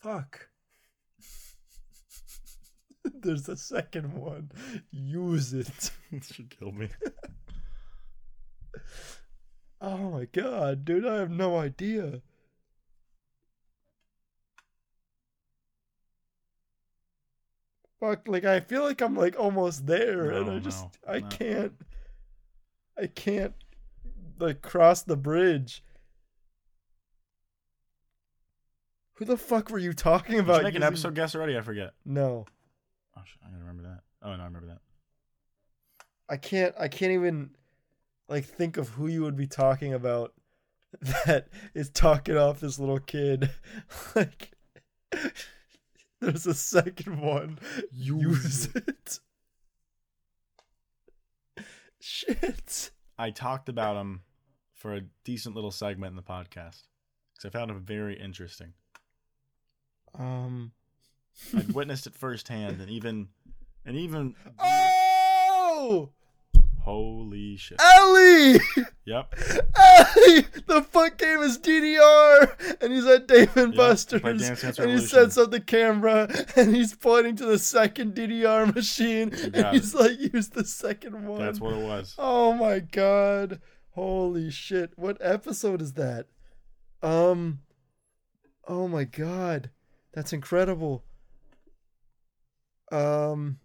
Fuck. There's a second one. Use it.
this should kill me.
Oh my god, dude, I have no idea. Fuck, like I feel like I'm like almost there and
No,
I just
no,
I
no.
can't I can't like cross the bridge. Who the fuck were you talking
Did
about?
you make an
using-
episode guess already? I forget.
No.
Oh, shit, I gotta remember that. Oh no, I remember that.
I can't I can't even like think of who you would be talking about that is talking off this little kid. like there's a second one. Use, it. Shit.
I talked about him for a decent little segment in the podcast because I found him very interesting.
Um
I'd witnessed it firsthand, and even and even
Oh
holy shit.
Ellie!
Yep.
Ellie! The fuck game is DDR! And he's at Dave and
Yeah,
Buster's.
play Dance Dance
and he
Revolution.
sets up the camera and he's pointing to the second DDR machine. And
got
he's like, use the second one.
That's what it was.
Oh my god. Holy shit. What episode is that? Um. Oh my god. That's incredible. Um.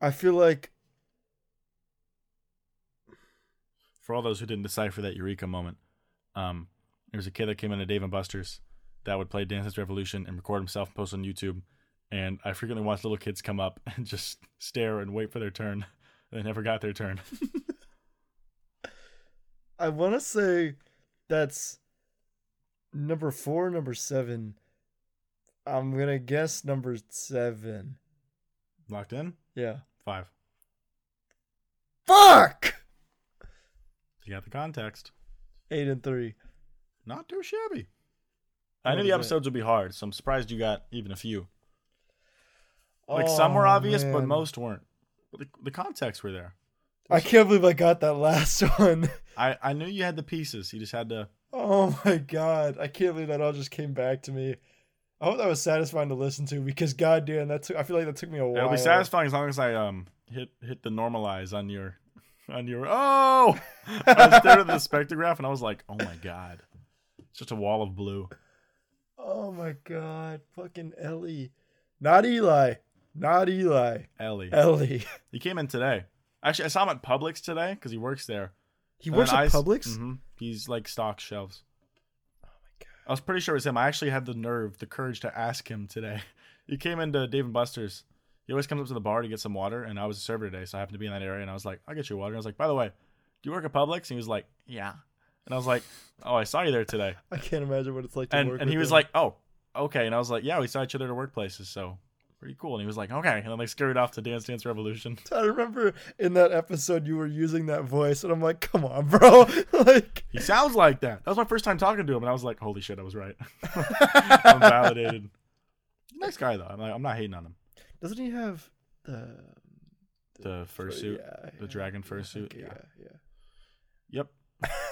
I feel like
for all those who didn't decipher that eureka moment, um, there was a kid that came into Dave and Buster's that would play Dance Dance Revolution and record himself and post on YouTube. and I frequently watched little kids come up and just stare and wait for their turn. They never got their turn.
I want to say that's number four, number seven. I'm gonna guess number seven.
Locked in?
Yeah.
Five.
Fuck.
You got the context.
Eight and three.
Not too shabby. I
What
knew
is
the
it?
episodes would be hard, so I'm surprised you got even a few. Like some were obvious, but
Oh, man.
most weren't. But the, the contexts were there.
I can't believe I got that last one.
I, I knew you had the pieces. You just had to.
Oh my god! I can't believe that all just came back to me. I hope that was satisfying to listen to because goddamn, that took. I feel like that took me a while.
It'll be satisfying as long as I um hit hit the normalize on your on your. Oh, I was staring at the spectrograph and I was like, oh my god, it's just a wall of blue.
Oh my god! Fucking Ellie, not Eli, not Eli,
Ellie,
Ellie.
he came in today. Actually, I saw him at Publix today because he works there.
He works at Publix. Oh
hmm He's like stock shelves. I was pretty sure it was him. I actually had the nerve, the courage to ask him today. He came into Dave and Buster's. He always comes up to the bar to get some water, and I was a server today, so I happened to be in that area, and I was like, "I'll get you water." And I was like, "By the way, do you work at Publix?" And he was like, "Yeah." And I was like, "Oh, I saw you there today."
I can't imagine what it's like to
And
work.
and he
with
was
him.
like, "Oh, okay." And I was like, "Yeah, we saw each other at our workplaces, so pretty cool." And he was like, "Okay." And then they scurried off to Dance Dance Revolution.
I remember in that episode you were using that voice, and I'm like, come on, bro. like,
He sounds like that. That was my first time talking to him, and I was like, "Holy shit, I was right." I'm validated. Nice guy though. I'm, like, I'm not hating on him.
doesn't he have the
The fursuit,
Yeah,
the dragon fursuit.
okay,
yeah.
yeah, yeah.
Yep.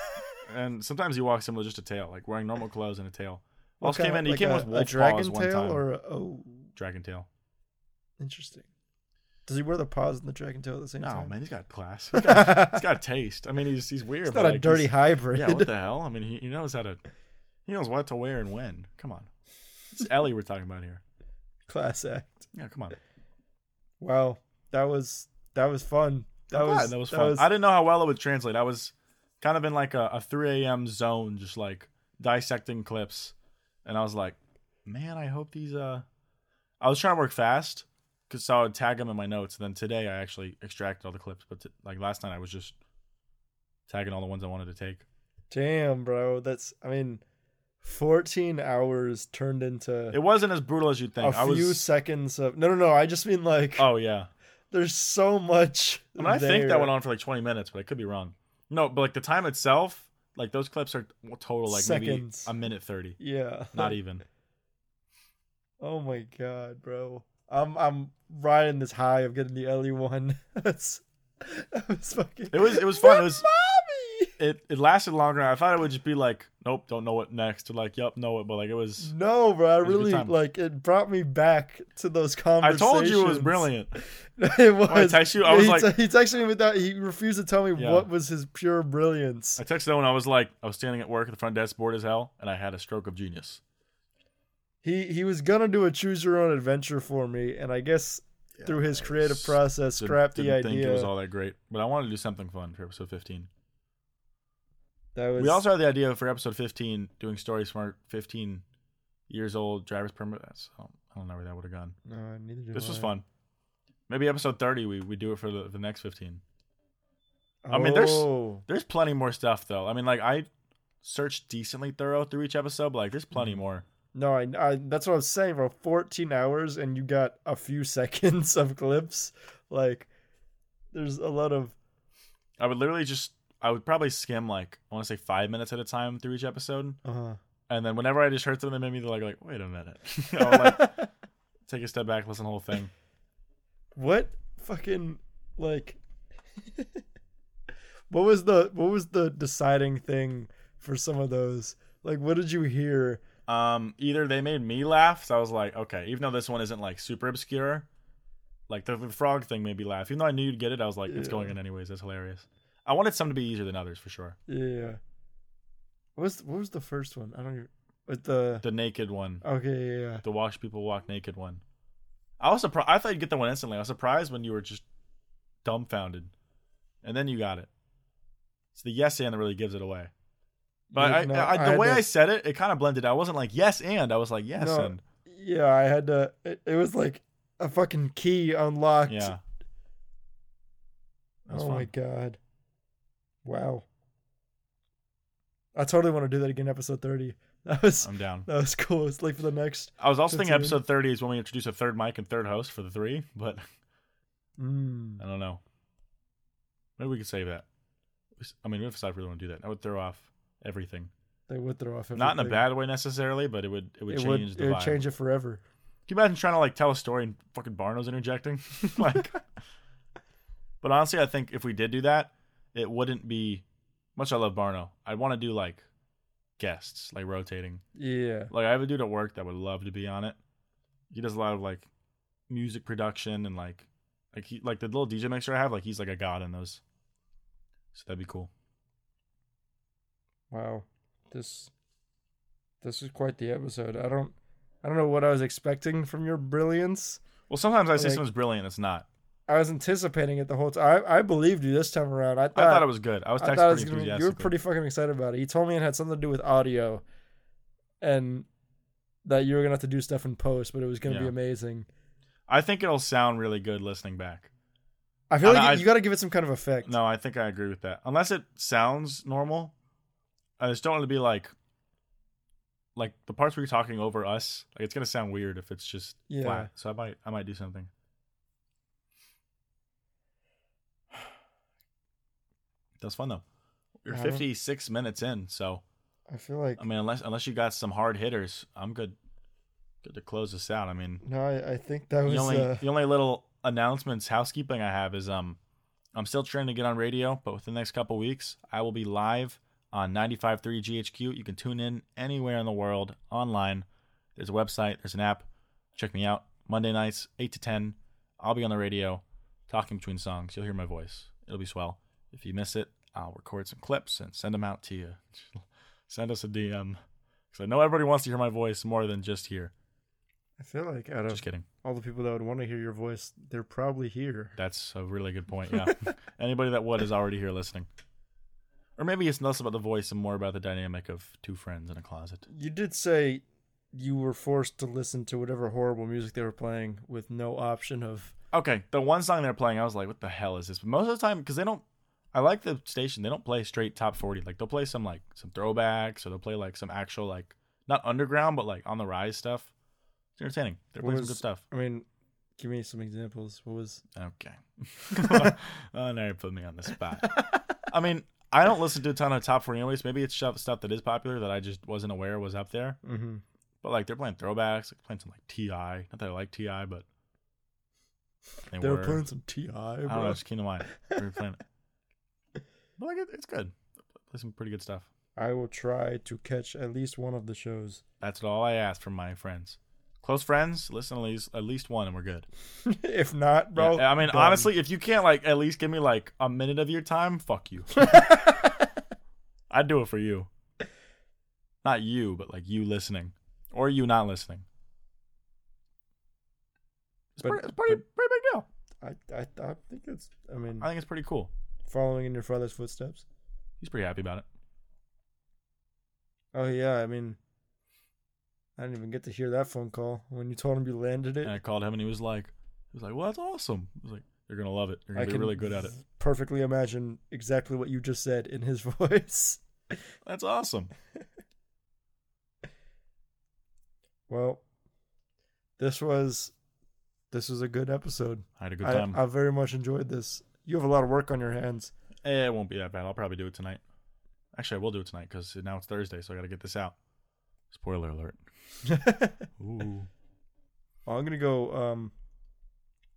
and sometimes he walks in with just a tail, like wearing normal clothes and a tail. Also came in. He
like
came
a,
with
a
wolf
dragon
paws one
tail
time.
or a, oh,
dragon tail.
interesting. Does he wear the paws and the dragon tail at the same
No
time?
Oh, man, he's got class. He's got, he's got taste. I mean, he's he's weird.
It's
but,
not a
like,
dirty
he's-
hybrid.
Yeah, what the hell? I mean, he, he knows how to. He knows what to wear and when. Come on, it's Ellie we're talking about here.
Class act.
Yeah, come on.
Wow, that was that was fun. That
I'm glad
was
that was fun. I didn't know how well it would translate. I was kind of in like a, a 3 a.m. zone, just like dissecting clips, and I was like, man, I hope these. uh I was trying to work fast because so I would tag them in my notes, and then today I actually extracted all the clips. But t- like last night, I was just tagging all the ones I wanted to take.
Damn, bro. That's I mean, fourteen hours turned into
It wasn't as brutal as you'd think. I
a few
was.
seconds of no, no, no. I just mean like
Oh yeah.
there's so much.
I mean, I think that
there.
went on for like 20 minutes, but I could be wrong. No, but like the time itself, like those clips are total like maybe
Seconds.
a minute 30,
Yeah,
not e even.
Oh my god, bro. I'm I'm riding this high of getting the Ellie one. That's that was fucking.
It was it was fun. It
But
was
mommy.
it, it lasted longer. I thought it would just be like, nope, don't know what next. Or like, yep, know it. But like it was.
No, bro. I
was a good
really
time.
like it. Brought me back to those
I
conversations.
told you it was brilliant.
it was.
I text you, I was
he
like-
te- he texted me without. He refused to tell me
Yeah.
what was his pure brilliance.
I texted him and I was like, I was standing at work at the front desk, bored as hell, and I had a stroke of genius.
He he was gonna do a choose your own adventure for me, and I guess through his creative process,
Didn't-
scrapped the
didn't Think it
idea.
was all that great, but I wanted to do something fun for episode 15.
that was
We also had the idea for episode 15 doing stories from our 15 years old driver's permit. That's I don't- I don't know where that would have gone.
No, neither did
This was
I.
fun. Maybe episode 30 we we do it for the, the next 15. I mean, there's-
Oh.
There's plenty more stuff though. I mean, like I searched decently thorough through each episode, but like there's plenty more.
No, I, I that's what I was saying, bro. 14 hours and you got a few seconds of clips. Like there's a lot of
I would literally just I would probably skim like I want to say five minutes at a time through each episode,
uh
and then whenever I just heard something that made me like like wait a minute, I would like take a step back, listen to the whole thing.
what fucking like what was the what was the deciding thing for some of those? Like what did you hear?
Um, either they made me laugh, so I was like okay, even though this one isn't like super obscure, like the, the frog thing made me laugh. Even though I knew you'd get it, I was like it's going in anyways. That's hilarious. I wanted some to be easier than others for sure.
Yeah. What was what was the first one? I don't even with the,
The naked one.
Okay, yeah, yeah.
the wash people walk naked one. I was surprised. I thought you'd get the one instantly. I was surprised when you were just dumbfounded, and then you got it. It's the yes and that really gives it away. But
Yeah,
I,
no,
I,
I
the
had
way
to-
I said it, it kind of blended. I wasn't like yes and. I was like yes
No,
and.
yeah, I had to. It, it was like a fucking key unlocked.
Yeah. That was
oh
fun.
my god. Wow. I totally want to do that again, episode thirty. That was
I'm down.
that was cool. It's like for the next.
I was also thinking
15.
episode 30 is when we introduce a third mic and third host for the three, but
Mm.
I don't know. Maybe we could save that. I mean, we have to decide if we really want to do that. That would throw off everything.
They would throw off.
Not in a
everything.
bad way necessarily, but it would it would
It would.
change
It
the
would
vibe.
change it forever.
Can you imagine trying to like tell a story and fucking Barno's interjecting? like, but honestly, I think if we did do that, it wouldn't be much. I love Barno. I'd want to do like guests, like rotating.
Yeah.
Like I have a dude at work that would love to be on it. He does a lot of like music production and like like he like the little DJ mixer I have. Like he's like a god in those. So that'd be cool.
Wow. This this is quite the episode. I don't I don't know what I was expecting from your brilliance.
Well, sometimes I say
Like-
something's brilliant, it's not.
I was anticipating it the whole time. I, I believed you this time around. I
I
thought,
thought it was good. I was texting
Uh, I thought
pretty
it was gonna be-
enthusiastically.
you were pretty fucking excited about it. You told me it had something to do with audio and that you were gonna have to do stuff in post, but it was gonna be
Yeah.
amazing.
I think it'll sound really good listening back.
I feel
And
like
I-
you- you gotta give it some kind of effect.
No, I think I agree with that. Unless it sounds normal, I just don't want it to be like, like the parts where you're talking over us. Like it's gonna sound weird if it's just
Yeah.
flat. So I might, I might do something. That's fun though. You're
I don't-
56 minutes in, so
I feel like
I mean, unless unless you got some hard hitters, I'm good. Good to close this out. I mean,
no, I, I think that was
the only
uh,
the only little announcements housekeeping I have is um I'm still trying to get on radio, but within the next couple weeks I will be live on 95.3 GHQ. You can tune in anywhere in the world online. There's a website, there's an app. Check me out Monday nights 8 to 10. I'll be on the radio talking between songs. You'll hear my voice. It'll be swell. If you miss it, I'll record some clips and send them out to you. send us a DM cuz I know everybody wants to hear my voice more than just here.
I feel like out of
Just kidding.
all the people that would want to hear your voice, they're probably here.
That's a really good point. Yeah. Anybody that would is already here listening. Or maybe it's less about the voice and more about the dynamic of two friends in a closet.
You did say you were forced to listen to whatever horrible music they were playing with no option of.
Okay, the one song they're playing, I was like, what the hell is this? But most of the time, because they don't, I like the station, they don't play straight top 40. Like, they'll play some, like, some throwbacks, or they'll play, like, some actual, like, not underground, but, like, on the rise stuff. It's entertaining. They're playing
Was-
some good stuff.
I mean, give me some examples. What was?
Okay. oh, now you put me on the spot. I mean, I don't listen to a ton of top 40 anyways. Maybe it's stuff stuff that is popular that I just wasn't aware was up there.
Mm-hmm.
But like they're playing throwbacks, like playing some like Ti. Not that I like Ti, but they,
They
were.
were playing some Ti,
I don't know.
bro.
It's Kingdom Mind. We were playing it. But like it, it's good. Play some pretty good stuff.
I will try to catch at least one of the shows.
That's all I ask from my friends, close friends. Listen to at least at least one, and we're good.
if not, bro.
Yeah, I mean,
done.
honestly, if you can't like at least give me like a minute of your time, fuck you. I'd do it for you. Not you, but like you listening, or you not listening. It's,
But-
pretty, it's pretty, pretty big deal.
I, I, I think it's. I mean,
I think it's pretty cool.
following in your father's footsteps.
He's pretty happy about it.
Oh yeah, I mean, I didn't even get to hear that phone call when you told him you landed it.
And I called him and he was like, he was like, well, that's awesome. I was like, you're gonna love it. You're gonna
I
be
can
really good at it.
Perfectly imagine exactly what you just said in his voice.
That's awesome.
Well, this was this was a good episode.
I had a good
I,
time.
I very much enjoyed this. You have a lot of work on your hands.
Eh, it won't be that bad. I'll probably do it tonight. Actually, I will do it tonight because now it's Thursday, so I gotta get this out. Spoiler alert. Ooh.
I'm gonna go um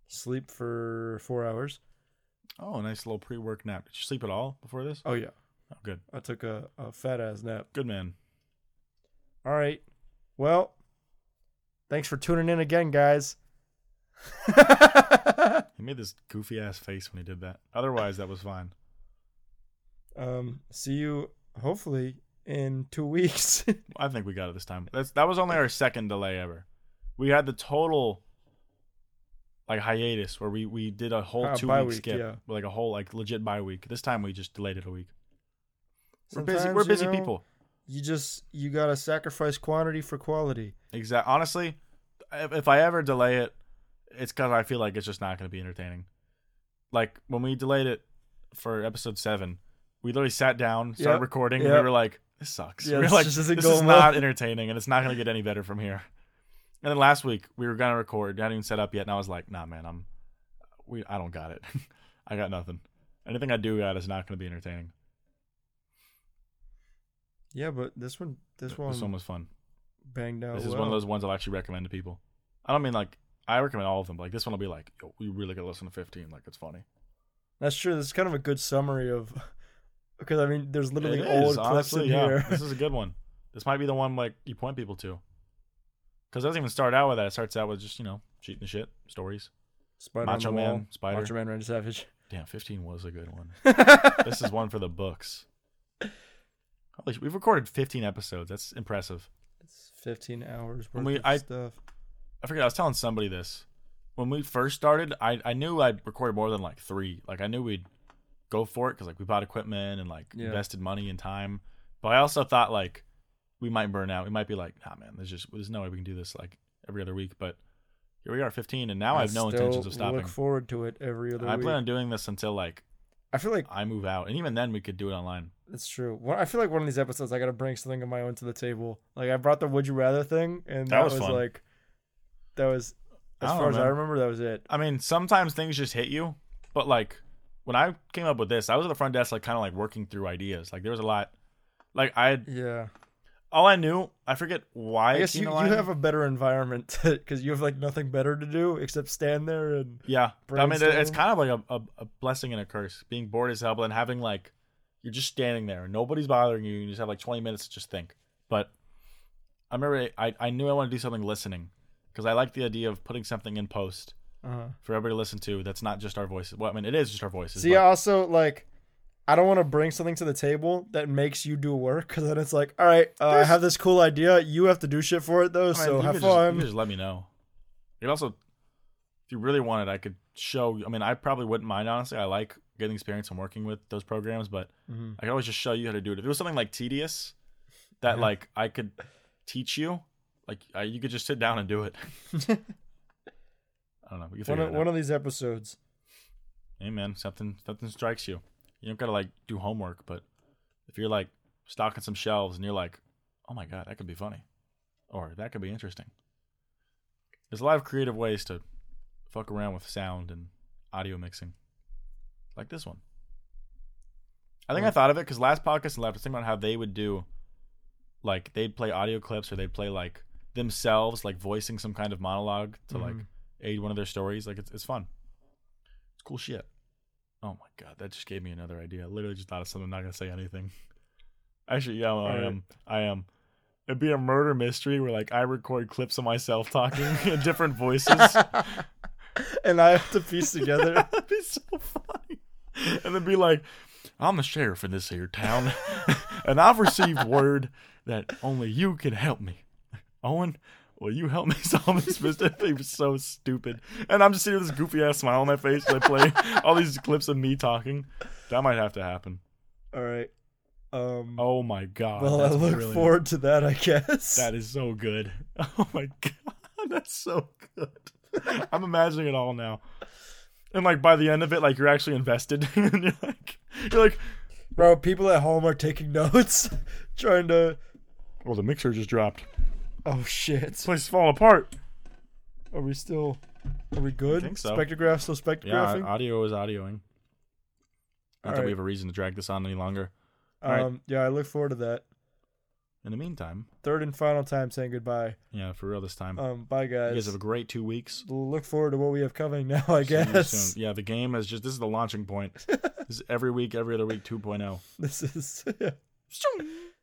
sleep for four hours.
Oh, a nice little pre-work nap. Did you sleep at all before this?
Oh yeah,
Oh, good.
I took a, a fat ass nap.
Good man.
All right. Well, thanks for tuning in again, guys.
He made this goofy ass face when he did that. Otherwise, that was fine.
um, see you hopefully in two weeks.
I think we got it this time. That's that was only our second delay ever. We had the total like hiatus where we we did a whole
Uh,
two
bye
week
week,
skip,
yeah.
like a whole like legit bye week. This time we just delayed it a week. We're busy.
Sometimes,
We're
you
busy
know,
people.
You just you gotta sacrifice quantity for quality.
Exact. Honestly, if, if I ever delay it, it's because I feel like it's just not going to be entertaining. Like when we delayed it for episode seven, we literally sat down, started
Yep.
recording, and
Yep.
we were like, "This sucks."
Yeah,
we were
this
like,
just
"This
isn't
is
going well."
not entertaining, and it's not going to get any better from here." And then last week we were going to record, I hadn't even set up yet, and I was like, "Nah, man, I'm, we, I don't got it. I got nothing. Anything I do got is not going to be entertaining."
Yeah, but this one, this one,
This one was fun.
banged out.
This is
well.
one of those ones I'll actually recommend to people. I don't mean like I recommend all of them. but, Like this one will be like, yo, you really gotta listen to fifteen. Like it's funny.
That's true. This is kind of a good summary of, because I mean, there's literally
It
old
is,
clips in
honestly, yeah.
here.
this is a good one. This might be the one like you point people to. Because it doesn't even start out with that. It starts out with just you know cheating the shit stories.
Spider
Macho Man, Spider.
Macho Man, Randy Savage.
Damn, fifteen was a good one. this is one for the books. Holy sh- We've recorded fifteen episodes. That's impressive.
It's 15 hours
When
worth
we-
of
I-
stuff.
I forget. I was telling somebody this when we first started. I I knew I recorded more than like three. Like I knew we'd go for it because like we bought equipment and like
Yeah.
invested money and time. But I also thought like we might burn out. We might be like, nah, man. There's just there's no way we can do this like every other week. But here we are, 15, and now I, have no
still
intentions of stopping.
Look forward to it every other
I
week.
plan on doing this until like
I feel like
I move out, and even then we could do it online.
it's true. Well, I feel like one of these episodes, I gotta bring something of my own to the table. Like I brought the Would You Rather thing, and that,
That was fun.
like, that was
I
as
don't know,
far as I
man.
remember, that was it.
I mean, sometimes things just hit you, but like when I came up with this, I was at the front desk, like kind of like working through ideas. Like there was a lot. Like I had
Yeah,
All I knew, I forget why.
I guess
it
you,
came to
you
line.
have a better environment because you have like nothing better to do except stand there and
yeah. I mean, it- it's
brainstorm.
kind of like a, a, a blessing and a curse. Being bored as hell, but then having like you're just standing there, and nobody's bothering you. and You just have like 20 minutes to just think. But I remember I, I knew I wanted to do something listening because I like the idea of putting something in post
uh
for everybody to listen to. That's not just our voices. Well, I mean, it is just our voices.
See,
but-
I also like. I don't want to bring something to the table that makes you do work because then it's like, all right, uh, I have this cool idea. You have to do shit for it though,
I mean,
so
you
have
could just-
fun.
you could just let me know. You could also, if you really wanted, I could show. I mean, I probably wouldn't mind honestly. I like getting experience and working with those programs, but I could always just show you how to do it. If it was something like tedious, that like I could teach you, like I, you could just sit down and do it. I don't know. We can
Mhm. one
figure
of,
it out.
one of these episodes.
hey man, something something strikes you. You don't gotta like do homework, but if you're like stocking some shelves and you're like, oh my god, that could be funny, or that could be interesting. There's a lot of creative ways to fuck around with sound and audio mixing, like this one. I think I thought of it because last podcast and left, I was thinking about how they would do, like they'd play audio clips or they'd play like themselves, like voicing some kind of monologue to like aid one of their stories. Like it's it's fun. It's cool shit. Oh my god, that just gave me another idea. I literally just thought of something. I'm not gonna say anything. Actually, yeah, I am. I am. It'd be a murder mystery where like I record clips of myself talking in different voices.
And I have to piece together.
That'd be so funny. And then be like, I'm the sheriff in this here town, and I've received word that only you can help me. Owen, will you help me solve this mystery? They were so stupid. And I'm just sitting with this goofy ass smile on my face as I play all these clips of me talking. That might have to happen.
all right. Um,
Oh my god.
well, I
that's
look
brilliant.
forward to that, I guess.
That is so good. Oh my god, that's so good. I'm imagining it all now. And like by the end of it, like you're actually invested, and you're like, you're like,
Bro, people at home are taking notes, trying to.
well, the mixer just dropped.
Oh shit!
Place is falling apart.
Are we still? Are we good?
think so.
Spectrograph still spectrographing.
audio is audioing. Not that
Alright.
we have a reason to drag this on any longer.
um,
alright.
yeah, I look forward to that.
In the meantime,
Third and final time saying goodbye.
yeah, for real this time.
Um, bye
you
guys.
guys have a great two weeks.
look forward to what we have coming now, I
See you
guess.
soon. Yeah, the game is just this oh. is the launching point. this is every week, every other week, 2.0.
This is.